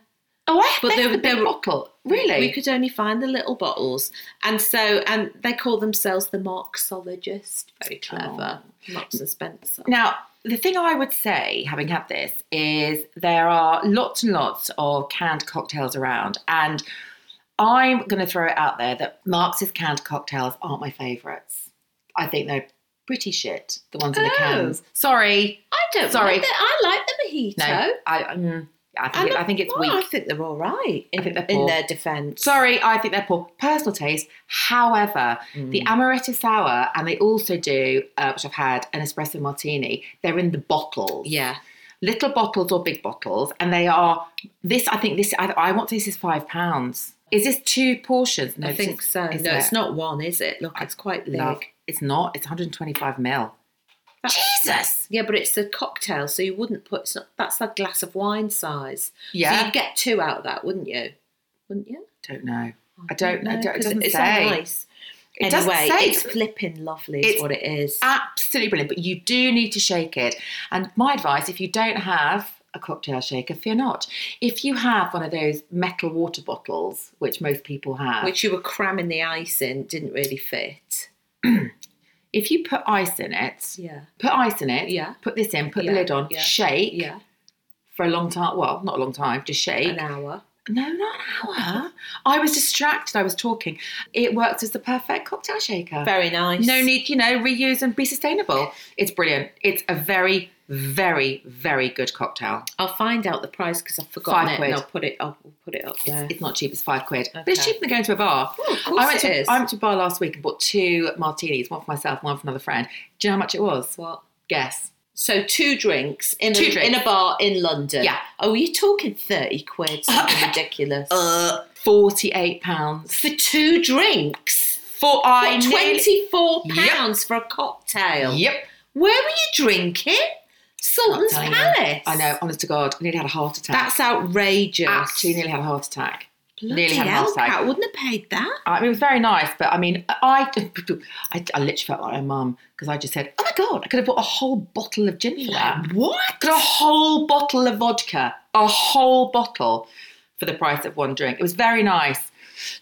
[SPEAKER 1] Oh, I have
[SPEAKER 2] But
[SPEAKER 1] but
[SPEAKER 2] there-
[SPEAKER 1] the big
[SPEAKER 2] there were-
[SPEAKER 1] bottle. Really?
[SPEAKER 2] We could only find the little bottles. And so and they call themselves the Marxologist. Very clever.
[SPEAKER 1] Oh.
[SPEAKER 2] Marks and Spencer.
[SPEAKER 1] Now, the thing I would say, having had this, is there are lots and lots of canned cocktails around, and I'm going to throw it out there that Marx's canned cocktails aren't my favourites. I think they're pretty shit. The ones in the
[SPEAKER 2] Oh.
[SPEAKER 1] cans. Sorry,
[SPEAKER 2] I don't.
[SPEAKER 1] Sorry.
[SPEAKER 2] mind it. I like the mojito.
[SPEAKER 1] no, I, mm, I
[SPEAKER 2] I'm
[SPEAKER 1] think it,
[SPEAKER 2] not-
[SPEAKER 1] I think it's
[SPEAKER 2] well, I
[SPEAKER 1] weak.
[SPEAKER 2] think they're all right in,
[SPEAKER 1] I think they're
[SPEAKER 2] in
[SPEAKER 1] poor.
[SPEAKER 2] their defence.
[SPEAKER 1] Sorry, I think they're poor. Personal taste. However,
[SPEAKER 2] Mm.
[SPEAKER 1] the amaretto sour, and they also do, uh, which I've had, an espresso martini. They're in the bottles.
[SPEAKER 2] Yeah.
[SPEAKER 1] little bottles or big bottles, and they are this. I think this. I, I want to say this is five pounds. Is this two portions? No,
[SPEAKER 2] I
[SPEAKER 1] this
[SPEAKER 2] think
[SPEAKER 1] is-
[SPEAKER 2] so.
[SPEAKER 1] is
[SPEAKER 2] no,
[SPEAKER 1] it?
[SPEAKER 2] it's not one, is it? Look, it's quite big.
[SPEAKER 1] Love. It's not. It's 125 mil. Jesus.
[SPEAKER 2] Yeah, but it's a cocktail, so you wouldn't put. It's not, that's a glass of wine size.
[SPEAKER 1] Yeah.
[SPEAKER 2] So you'd get two out of that, wouldn't you? Wouldn't you?
[SPEAKER 1] Don't know. I don't know. Don't- It
[SPEAKER 2] Oh, 'cause
[SPEAKER 1] doesn't
[SPEAKER 2] it's
[SPEAKER 1] say.
[SPEAKER 2] so nice.
[SPEAKER 1] It doesn't
[SPEAKER 2] anyway,
[SPEAKER 1] say.
[SPEAKER 2] it's flipping lovely. Is
[SPEAKER 1] It's-
[SPEAKER 2] what it is.
[SPEAKER 1] Absolutely brilliant. But you do need to shake it. And my advice, if you don't have a cocktail shaker, fear not. If you have one of those metal water bottles, which most people have,
[SPEAKER 2] Which you were cramming the ice in didn't really fit.
[SPEAKER 1] if you put ice in it,
[SPEAKER 2] Yeah.
[SPEAKER 1] put ice in it,
[SPEAKER 2] Yeah.
[SPEAKER 1] put this in, put
[SPEAKER 2] Yeah,
[SPEAKER 1] the lid on,
[SPEAKER 2] yeah,
[SPEAKER 1] shake,
[SPEAKER 2] Yeah.
[SPEAKER 1] for a long time. Well, not a long time, just shake.
[SPEAKER 2] An hour.
[SPEAKER 1] No, not an hour. I was distracted. I was talking. It works as the perfect cocktail shaker.
[SPEAKER 2] Very nice.
[SPEAKER 1] No need, you know, reuse and be sustainable. It's brilliant. It's a very, very, very good cocktail.
[SPEAKER 2] I'll find out the price because I've forgotten
[SPEAKER 1] Five
[SPEAKER 2] it,
[SPEAKER 1] quid.
[SPEAKER 2] and I'll put it. I'll put it up there.
[SPEAKER 1] It's not cheap. It's five quid, but it's
[SPEAKER 2] Okay. Oh,
[SPEAKER 1] cheaper than going to a bar.
[SPEAKER 2] of course
[SPEAKER 1] I went
[SPEAKER 2] it
[SPEAKER 1] to
[SPEAKER 2] is.
[SPEAKER 1] I went to a bar last week and bought two martinis, one for myself, and one for another friend. Do you know how much it was?
[SPEAKER 2] What?
[SPEAKER 1] Guess.
[SPEAKER 2] So two drinks in
[SPEAKER 1] Two
[SPEAKER 2] a,
[SPEAKER 1] drinks.
[SPEAKER 2] in a bar in London.
[SPEAKER 1] Yeah.
[SPEAKER 2] Oh, you're talking thirty quid? Something ridiculous.
[SPEAKER 1] Uh, forty-eight pounds.
[SPEAKER 2] for two drinks.
[SPEAKER 1] For I
[SPEAKER 2] What,
[SPEAKER 1] nearly-
[SPEAKER 2] Twenty-four
[SPEAKER 1] Yep.
[SPEAKER 2] pounds for a cocktail.
[SPEAKER 1] Yep.
[SPEAKER 2] Where were you drinking? Sultan's
[SPEAKER 1] Telling you.
[SPEAKER 2] Palace.
[SPEAKER 1] I know. Honest to God, I nearly had a heart attack.
[SPEAKER 2] That's outrageous.
[SPEAKER 1] actually nearly had a heart attack.
[SPEAKER 2] Bloody
[SPEAKER 1] nearly had a
[SPEAKER 2] hell,
[SPEAKER 1] heart attack.
[SPEAKER 2] Kat, wouldn't have paid that.
[SPEAKER 1] I mean, it was very nice, but I mean, I, I, I literally felt like my mum because I just said, "Oh my god, I could have bought a whole bottle of gin for that.
[SPEAKER 2] What?
[SPEAKER 1] Could a whole bottle of vodka, a whole bottle, for the price of one drink. It was very nice.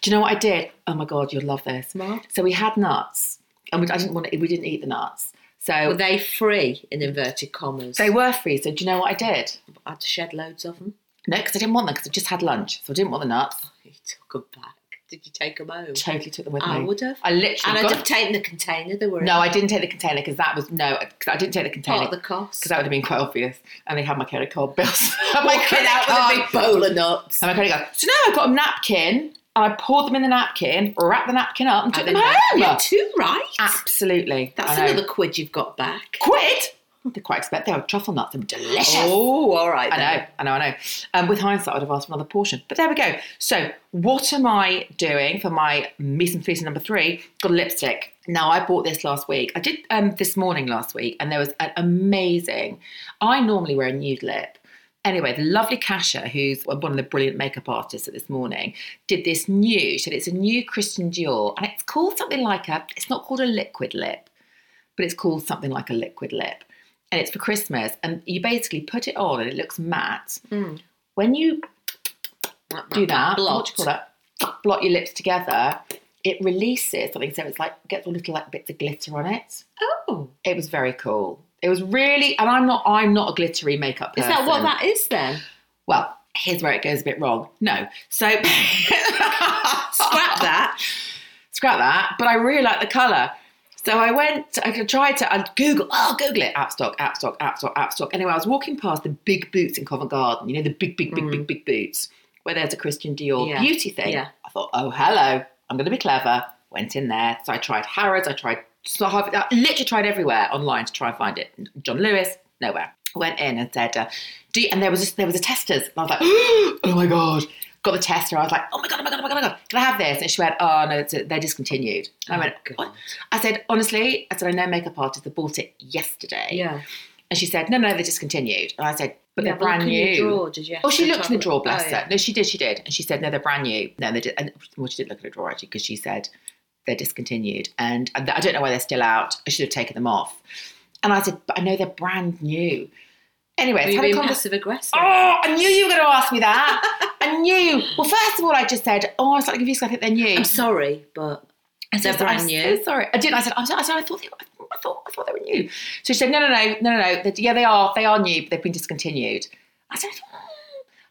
[SPEAKER 1] Do you know what I did? Oh my god, you'd love this.
[SPEAKER 2] What?
[SPEAKER 1] So we had nuts, and we, I didn't want to, we didn't eat the nuts. So
[SPEAKER 2] Were they free in inverted commas?
[SPEAKER 1] they were free. So do you know what I did?
[SPEAKER 2] I had to shed loads of them.
[SPEAKER 1] No, because I didn't want them because I just had lunch, so I didn't want the nuts.
[SPEAKER 2] You took them back. Did you take them home?
[SPEAKER 1] Totally took them with
[SPEAKER 2] I
[SPEAKER 1] me.
[SPEAKER 2] would have.
[SPEAKER 1] I literally
[SPEAKER 2] and I'd
[SPEAKER 1] got-
[SPEAKER 2] have taken the container they were in.
[SPEAKER 1] No, I didn't take the container because that was no, 'cause I didn't take the
[SPEAKER 2] Part
[SPEAKER 1] container
[SPEAKER 2] of Oh, the
[SPEAKER 1] because
[SPEAKER 2] cost.
[SPEAKER 1] that would have been quite obvious. And they had my credit card bills. and my
[SPEAKER 2] Walking
[SPEAKER 1] credit
[SPEAKER 2] out with
[SPEAKER 1] card.
[SPEAKER 2] a big bowl of nuts.
[SPEAKER 1] And my credit card. So now I've got a napkin and I poured them in the napkin, wrapped the napkin up, and took
[SPEAKER 2] Having
[SPEAKER 1] them
[SPEAKER 2] that.
[SPEAKER 1] home.
[SPEAKER 2] Yeah, two right.
[SPEAKER 1] Absolutely.
[SPEAKER 2] That's
[SPEAKER 1] I know.
[SPEAKER 2] another quid you've got back.
[SPEAKER 1] quid. They're quite expensive. They were truffle nuts. They were delicious.
[SPEAKER 2] Oh, all right.
[SPEAKER 1] I
[SPEAKER 2] then.
[SPEAKER 1] know, I know, I know. Um, with hindsight, I'd have asked for another portion. But there we go. So, what am I doing for my mise en place number three? Got a lipstick. Now, I bought this last week. I did um, this morning last week, and there was an amazing. I normally wear a nude lip. Anyway, the lovely Kasha, who's one of the brilliant makeup artists at this morning, did this new. She said it's a new Christian Dior, and it's called something like a. It's not called a liquid lip, but it's called something like a liquid lip and it's for Christmas, and you basically put it on and it looks matte.
[SPEAKER 2] Mm.
[SPEAKER 1] When you do that, what do you call that? Blot your lips together. It releases something, so it's like gets all little like bits of glitter on it.
[SPEAKER 2] Oh,
[SPEAKER 1] It was very cool. It was really, and I'm not, I'm not a glittery makeup.
[SPEAKER 2] is
[SPEAKER 1] Person.
[SPEAKER 2] that what that is then?
[SPEAKER 1] Well, here's where it goes a bit wrong. No, so
[SPEAKER 2] Scrap that.
[SPEAKER 1] scrap that. But I really like the color. So I went, I tried to I Google, oh, Google it, app stock, app stock, app stock, app stock. Anyway, I was walking past the big boots in Covent Garden, you know, the big, big, big, big, big boots, where there's a Christian Dior
[SPEAKER 2] Yeah.
[SPEAKER 1] beauty thing.
[SPEAKER 2] Yeah.
[SPEAKER 1] I thought, oh, hello, I'm going to be clever. Went in there. So I tried Harrods, I tried, so I've- I literally tried everywhere online to try and find it. John Lewis, nowhere. Went in and said, uh, do you, and there was a, there was a testers. And I was like, oh my God. Got the tester. I was like, oh my God, oh my God, oh my God, oh my God. Can I have this? And she went, oh no, it's, they're discontinued. And
[SPEAKER 2] Oh,
[SPEAKER 1] I went, what? I said, honestly, I said, I know makeup artists that bought it yesterday.
[SPEAKER 2] Yeah.
[SPEAKER 1] And she said, no, no, they're discontinued. And I said, but
[SPEAKER 2] Yeah,
[SPEAKER 1] they're brand
[SPEAKER 2] look in your
[SPEAKER 1] new.
[SPEAKER 2] drawer, did you have
[SPEAKER 1] Oh, she
[SPEAKER 2] to
[SPEAKER 1] looked in the
[SPEAKER 2] talk-
[SPEAKER 1] drawer, bless
[SPEAKER 2] Oh,
[SPEAKER 1] her.
[SPEAKER 2] yeah.
[SPEAKER 1] No, she did, she did. And she said, no, they're brand new. No, they did. And, well, she didn't look at the drawer actually because she said they're discontinued. And I I don't know why they're still out. I should have taken them off. And I said, but I know they're brand new. Anyway, it's
[SPEAKER 2] Were Oh, you
[SPEAKER 1] had a
[SPEAKER 2] being
[SPEAKER 1] conversation.
[SPEAKER 2] passive aggressive?
[SPEAKER 1] Oh, I knew you were going to ask me that. I knew. Well, first of all, I just said, oh, I was slightly confused 'cause I think they're new.
[SPEAKER 2] I'm sorry, but
[SPEAKER 1] I said,
[SPEAKER 2] They're brand
[SPEAKER 1] I'm
[SPEAKER 2] new.
[SPEAKER 1] So sorry, I didn't. I said, I'm so, I said, I thought they, were- I thought, I thought they were new. So she said, no, no, no, no, no, no. They- yeah, they are. They are new, but they've been discontinued. I said, oh,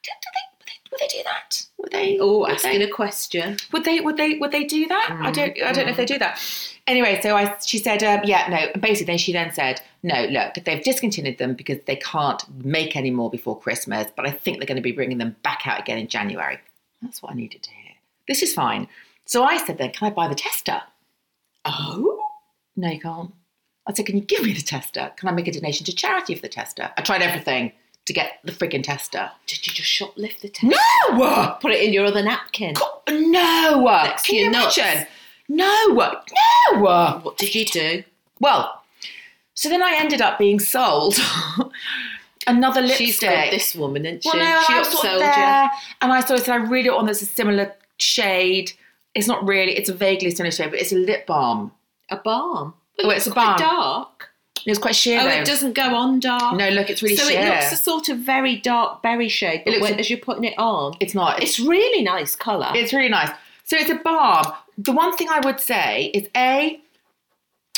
[SPEAKER 1] do, do they, would they? Would they do that? Would they?
[SPEAKER 2] oh,
[SPEAKER 1] would
[SPEAKER 2] asking
[SPEAKER 1] they-
[SPEAKER 2] a question.
[SPEAKER 1] would they would they would they do that i don't i don't know if they do that anyway so i she said um, yeah no and basically then she then said no look they've discontinued them because they can't make any more before christmas but i think they're going to be bringing them back out again in january that's what i needed to hear this is fine so i said then can i buy the tester oh no you can't i said can you give me the tester can i make a donation to charity for the tester i tried everything to get the friggin' tester
[SPEAKER 2] Did you just shoplift the test?
[SPEAKER 1] no
[SPEAKER 2] Put it in your other napkin.
[SPEAKER 1] God, no.
[SPEAKER 2] Next
[SPEAKER 1] Can
[SPEAKER 2] to
[SPEAKER 1] you
[SPEAKER 2] your nuts.
[SPEAKER 1] imagine? No. No.
[SPEAKER 2] What did you do?
[SPEAKER 1] Well, so then I ended up being sold another lipstick.
[SPEAKER 2] She's got this woman, isn't she?
[SPEAKER 1] Well, no,
[SPEAKER 2] she
[SPEAKER 1] I was
[SPEAKER 2] upsold
[SPEAKER 1] sort of
[SPEAKER 2] you.
[SPEAKER 1] there, and I sort of said, I really want one that's a similar shade. It's not really. It's a vaguely similar shade, but it's a lip balm.
[SPEAKER 2] A balm.
[SPEAKER 1] Oh, it's a balm.
[SPEAKER 2] Quite dark.
[SPEAKER 1] It was quite sheer.
[SPEAKER 2] Oh,
[SPEAKER 1] though.
[SPEAKER 2] it doesn't go on dark.
[SPEAKER 1] No, look, it's really
[SPEAKER 2] so
[SPEAKER 1] sheer.
[SPEAKER 2] it looks a sort of very dark berry shade. But
[SPEAKER 1] looks
[SPEAKER 2] when,
[SPEAKER 1] a-
[SPEAKER 2] as you're putting it on,
[SPEAKER 1] It's not.
[SPEAKER 2] it's really nice colour.
[SPEAKER 1] It's really nice. So it's a balm. The one thing I would say is a,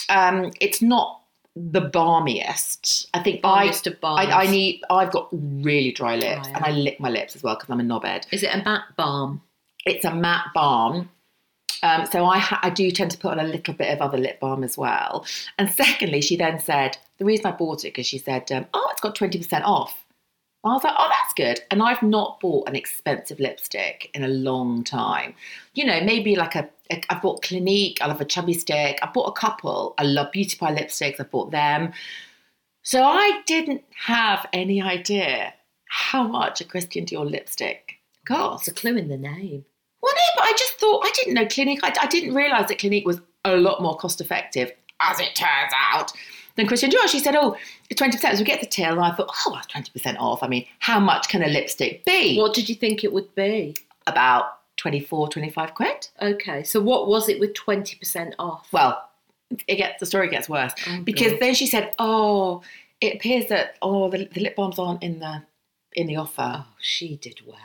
[SPEAKER 1] um, it's not the balmiest. I think
[SPEAKER 2] Balmiest
[SPEAKER 1] I,
[SPEAKER 2] of balms.
[SPEAKER 1] I I need I've got really dry lips
[SPEAKER 2] Oh, yeah.
[SPEAKER 1] and I lick my lips as well because I'm a knobhead.
[SPEAKER 2] Is it a back balm?
[SPEAKER 1] It's a matte balm. Um, so I ha- I do tend to put on a little bit of other lip balm as well. And secondly, she then said the reason I bought it because she said, um, "Oh, it's got twenty percent off." I was like, "Oh, that's good." And I've not bought an expensive lipstick in a long time. You know, maybe like a, a I've bought Clinique. I love a chubby stick. I bought a couple. I love Beauty Pie lipsticks. I bought them. So I didn't have any idea how much a Christian Dior lipstick
[SPEAKER 2] It's
[SPEAKER 1] cost.
[SPEAKER 2] a clue in the name.
[SPEAKER 1] Well, no, but I just thought I didn't know Clinique. I, I didn't realise that Clinique was a lot more cost effective, as it turns out, than Christian Dior. She said, "Oh, twenty percent." So we get the till, and I thought, "Oh, that's twenty percent off." I mean, how much can a lipstick be?
[SPEAKER 2] What did you think it would be?
[SPEAKER 1] About 24, 25 quid.
[SPEAKER 2] Okay, so what was it with 20% off?
[SPEAKER 1] Well, it gets the story gets worse
[SPEAKER 2] Oh,
[SPEAKER 1] because
[SPEAKER 2] God.
[SPEAKER 1] then she said, "Oh, it appears that oh the, the lip balms aren't in the in the offer,"
[SPEAKER 2] oh, she did well.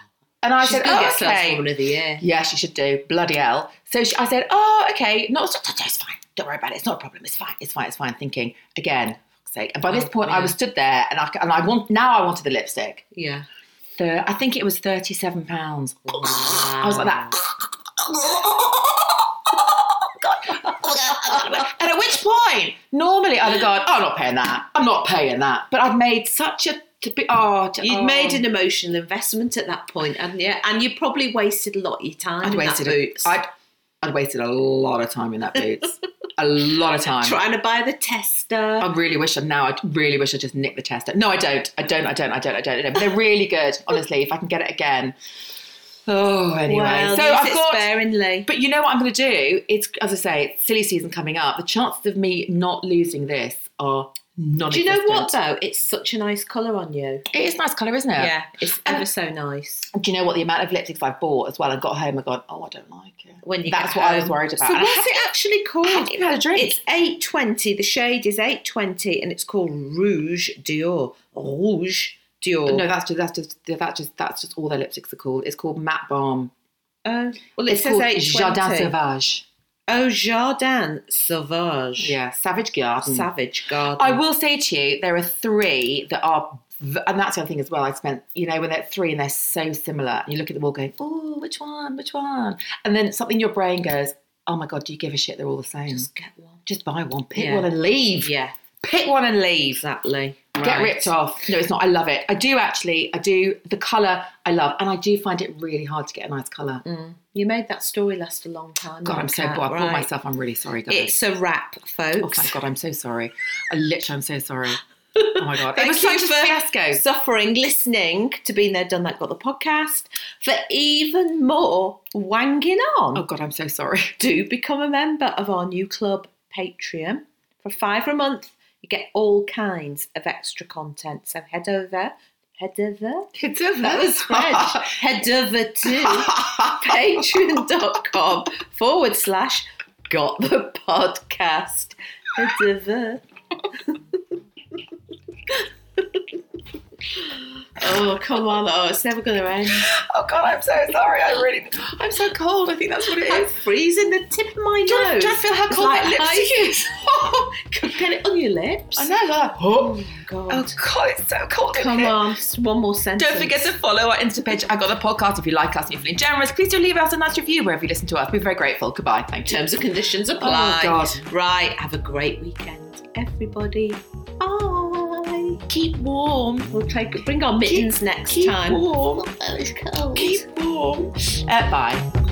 [SPEAKER 1] and I
[SPEAKER 2] She's
[SPEAKER 1] said,
[SPEAKER 2] gonna
[SPEAKER 1] "Oh,
[SPEAKER 2] get
[SPEAKER 1] okay."
[SPEAKER 2] Saleswoman of the Year.
[SPEAKER 1] Yeah, she should do. Bloody hell. So she, I said, oh, okay. No, it's, not, it's fine. Don't worry about it. It's not a problem. It's fine. It's fine. It's fine. Thinking again. fuck's Sake. And by this
[SPEAKER 2] Oh,
[SPEAKER 1] point,
[SPEAKER 2] yeah.
[SPEAKER 1] I was stood there, and I and I want now. I wanted the lipstick.
[SPEAKER 2] Yeah.
[SPEAKER 1] The, I think it was thirty-seven pounds. I was like that. and at which point, normally I'd have gone, oh, I'm not paying that. I'm not paying that. But I'd made such a to be, oh, to-
[SPEAKER 2] You'd
[SPEAKER 1] oh.
[SPEAKER 2] made an emotional investment at that point, hadn't you? And you probably wasted a lot of your time.
[SPEAKER 1] I'd
[SPEAKER 2] in that
[SPEAKER 1] wasted.
[SPEAKER 2] Boots.
[SPEAKER 1] A, I'd, I'd wasted a lot of time in that boots. a lot of time.
[SPEAKER 2] trying to buy the tester.
[SPEAKER 1] I really wish I now. I really wish I just nicked the tester. No, I don't. I don't. I don't. I don't. I don't. I don't. But they're really good, honestly. If I can get it again. Oh, anyway.
[SPEAKER 2] well,
[SPEAKER 1] so
[SPEAKER 2] use
[SPEAKER 1] I've
[SPEAKER 2] it
[SPEAKER 1] got.
[SPEAKER 2] sparingly.
[SPEAKER 1] But you know what I'm going to do? It's as I say, it's silly season coming up. The chances of me not losing this are non.
[SPEAKER 2] Do you know what though? It's such a nice colour on you.
[SPEAKER 1] It is a nice colour, isn't it?
[SPEAKER 2] Yeah, it's ever so nice.
[SPEAKER 1] Do you know what the amount of lipsticks I've bought as well? and got home and gone, oh, I don't like it.
[SPEAKER 2] When you
[SPEAKER 1] that's
[SPEAKER 2] get
[SPEAKER 1] what I was
[SPEAKER 2] home.
[SPEAKER 1] worried about.
[SPEAKER 2] So
[SPEAKER 1] And I
[SPEAKER 2] what's
[SPEAKER 1] haven't-
[SPEAKER 2] it actually called?
[SPEAKER 1] I haven't even had a drink.
[SPEAKER 2] It's eight twenty. The shade is eight twenty, and it's called Rouge Dior. Rouge Dior.
[SPEAKER 1] No, that's just that's just that's just that's just all their lipsticks are called. It's called Matte Balm.
[SPEAKER 2] Oh, well, it
[SPEAKER 1] It's
[SPEAKER 2] says
[SPEAKER 1] called
[SPEAKER 2] eight
[SPEAKER 1] Jardin
[SPEAKER 2] twenty.
[SPEAKER 1] Sauvage.
[SPEAKER 2] Oh, Jardin Sauvage.
[SPEAKER 1] Yeah, Savage Garden.
[SPEAKER 2] Savage Garden.
[SPEAKER 1] I will say to you, there are three that are, v- and that's the other thing as well. I spent, you know, when they're three and they're so similar, and you look at them all going, oh, which one, which one? And then something in your brain goes, oh my God, do you give a shit? They're all the same. Just,
[SPEAKER 2] just get one.
[SPEAKER 1] buy one, pick
[SPEAKER 2] Yeah.
[SPEAKER 1] one and leave.
[SPEAKER 2] Yeah,
[SPEAKER 1] Pick one and leave.
[SPEAKER 2] exactly.
[SPEAKER 1] Get
[SPEAKER 2] Right.
[SPEAKER 1] ripped off. No, it's not. I love it. I do actually. I do. The colour, I love. And I do find it really hard to get a nice colour.
[SPEAKER 2] You made that story last a long time.
[SPEAKER 1] God,
[SPEAKER 2] didn't
[SPEAKER 1] I'm so
[SPEAKER 2] Kat?
[SPEAKER 1] bored. I
[SPEAKER 2] Mm, Right.
[SPEAKER 1] bought myself. I'm really sorry, guys.
[SPEAKER 2] It's a wrap,
[SPEAKER 1] Oh,
[SPEAKER 2] folks.
[SPEAKER 1] thank God, I'm so sorry. I literally, I'm so sorry. Oh my God. it
[SPEAKER 2] Thank
[SPEAKER 1] was
[SPEAKER 2] you
[SPEAKER 1] such a
[SPEAKER 2] for
[SPEAKER 1] fiasco.
[SPEAKER 2] suffering, listening to Being There, Done That, Got the podcast for even more wanging on.
[SPEAKER 1] Oh God, I'm so sorry.
[SPEAKER 2] Do become a member of our new club, Patreon. For five a month, you get all kinds of extra content. So head over, head over. That was French. head over to patreon.com forward slash got the podcast. Head over. oh, come on. Oh, it's never going to end.
[SPEAKER 1] Oh God, I'm so sorry. I really, I'm so cold. I think that's what it
[SPEAKER 2] I'm
[SPEAKER 1] is.
[SPEAKER 2] freezing the tip of my
[SPEAKER 1] Do you,
[SPEAKER 2] nose.
[SPEAKER 1] do you feel how
[SPEAKER 2] It's
[SPEAKER 1] cold
[SPEAKER 2] like
[SPEAKER 1] my lipstick is? oh
[SPEAKER 2] ice. Get it on your lips.
[SPEAKER 1] I know. like, oh,
[SPEAKER 2] God.
[SPEAKER 1] oh God, it's so cold. in
[SPEAKER 2] Come
[SPEAKER 1] here.
[SPEAKER 2] on, just one more sentence.
[SPEAKER 1] Don't forget to follow our Insta page. I got a podcast. If you like us and you're feeling generous, please do leave us a nice review wherever you listen to us. We're very grateful. Goodbye. Thank you.
[SPEAKER 2] Terms and conditions apply.
[SPEAKER 1] Oh, God.
[SPEAKER 2] Right, have a great weekend, everybody. Bye. Keep warm. We'll take bring our mittens next
[SPEAKER 1] Keep
[SPEAKER 2] time.
[SPEAKER 1] warm.
[SPEAKER 2] Oh, it's cold.
[SPEAKER 1] Keep warm. Uh, bye.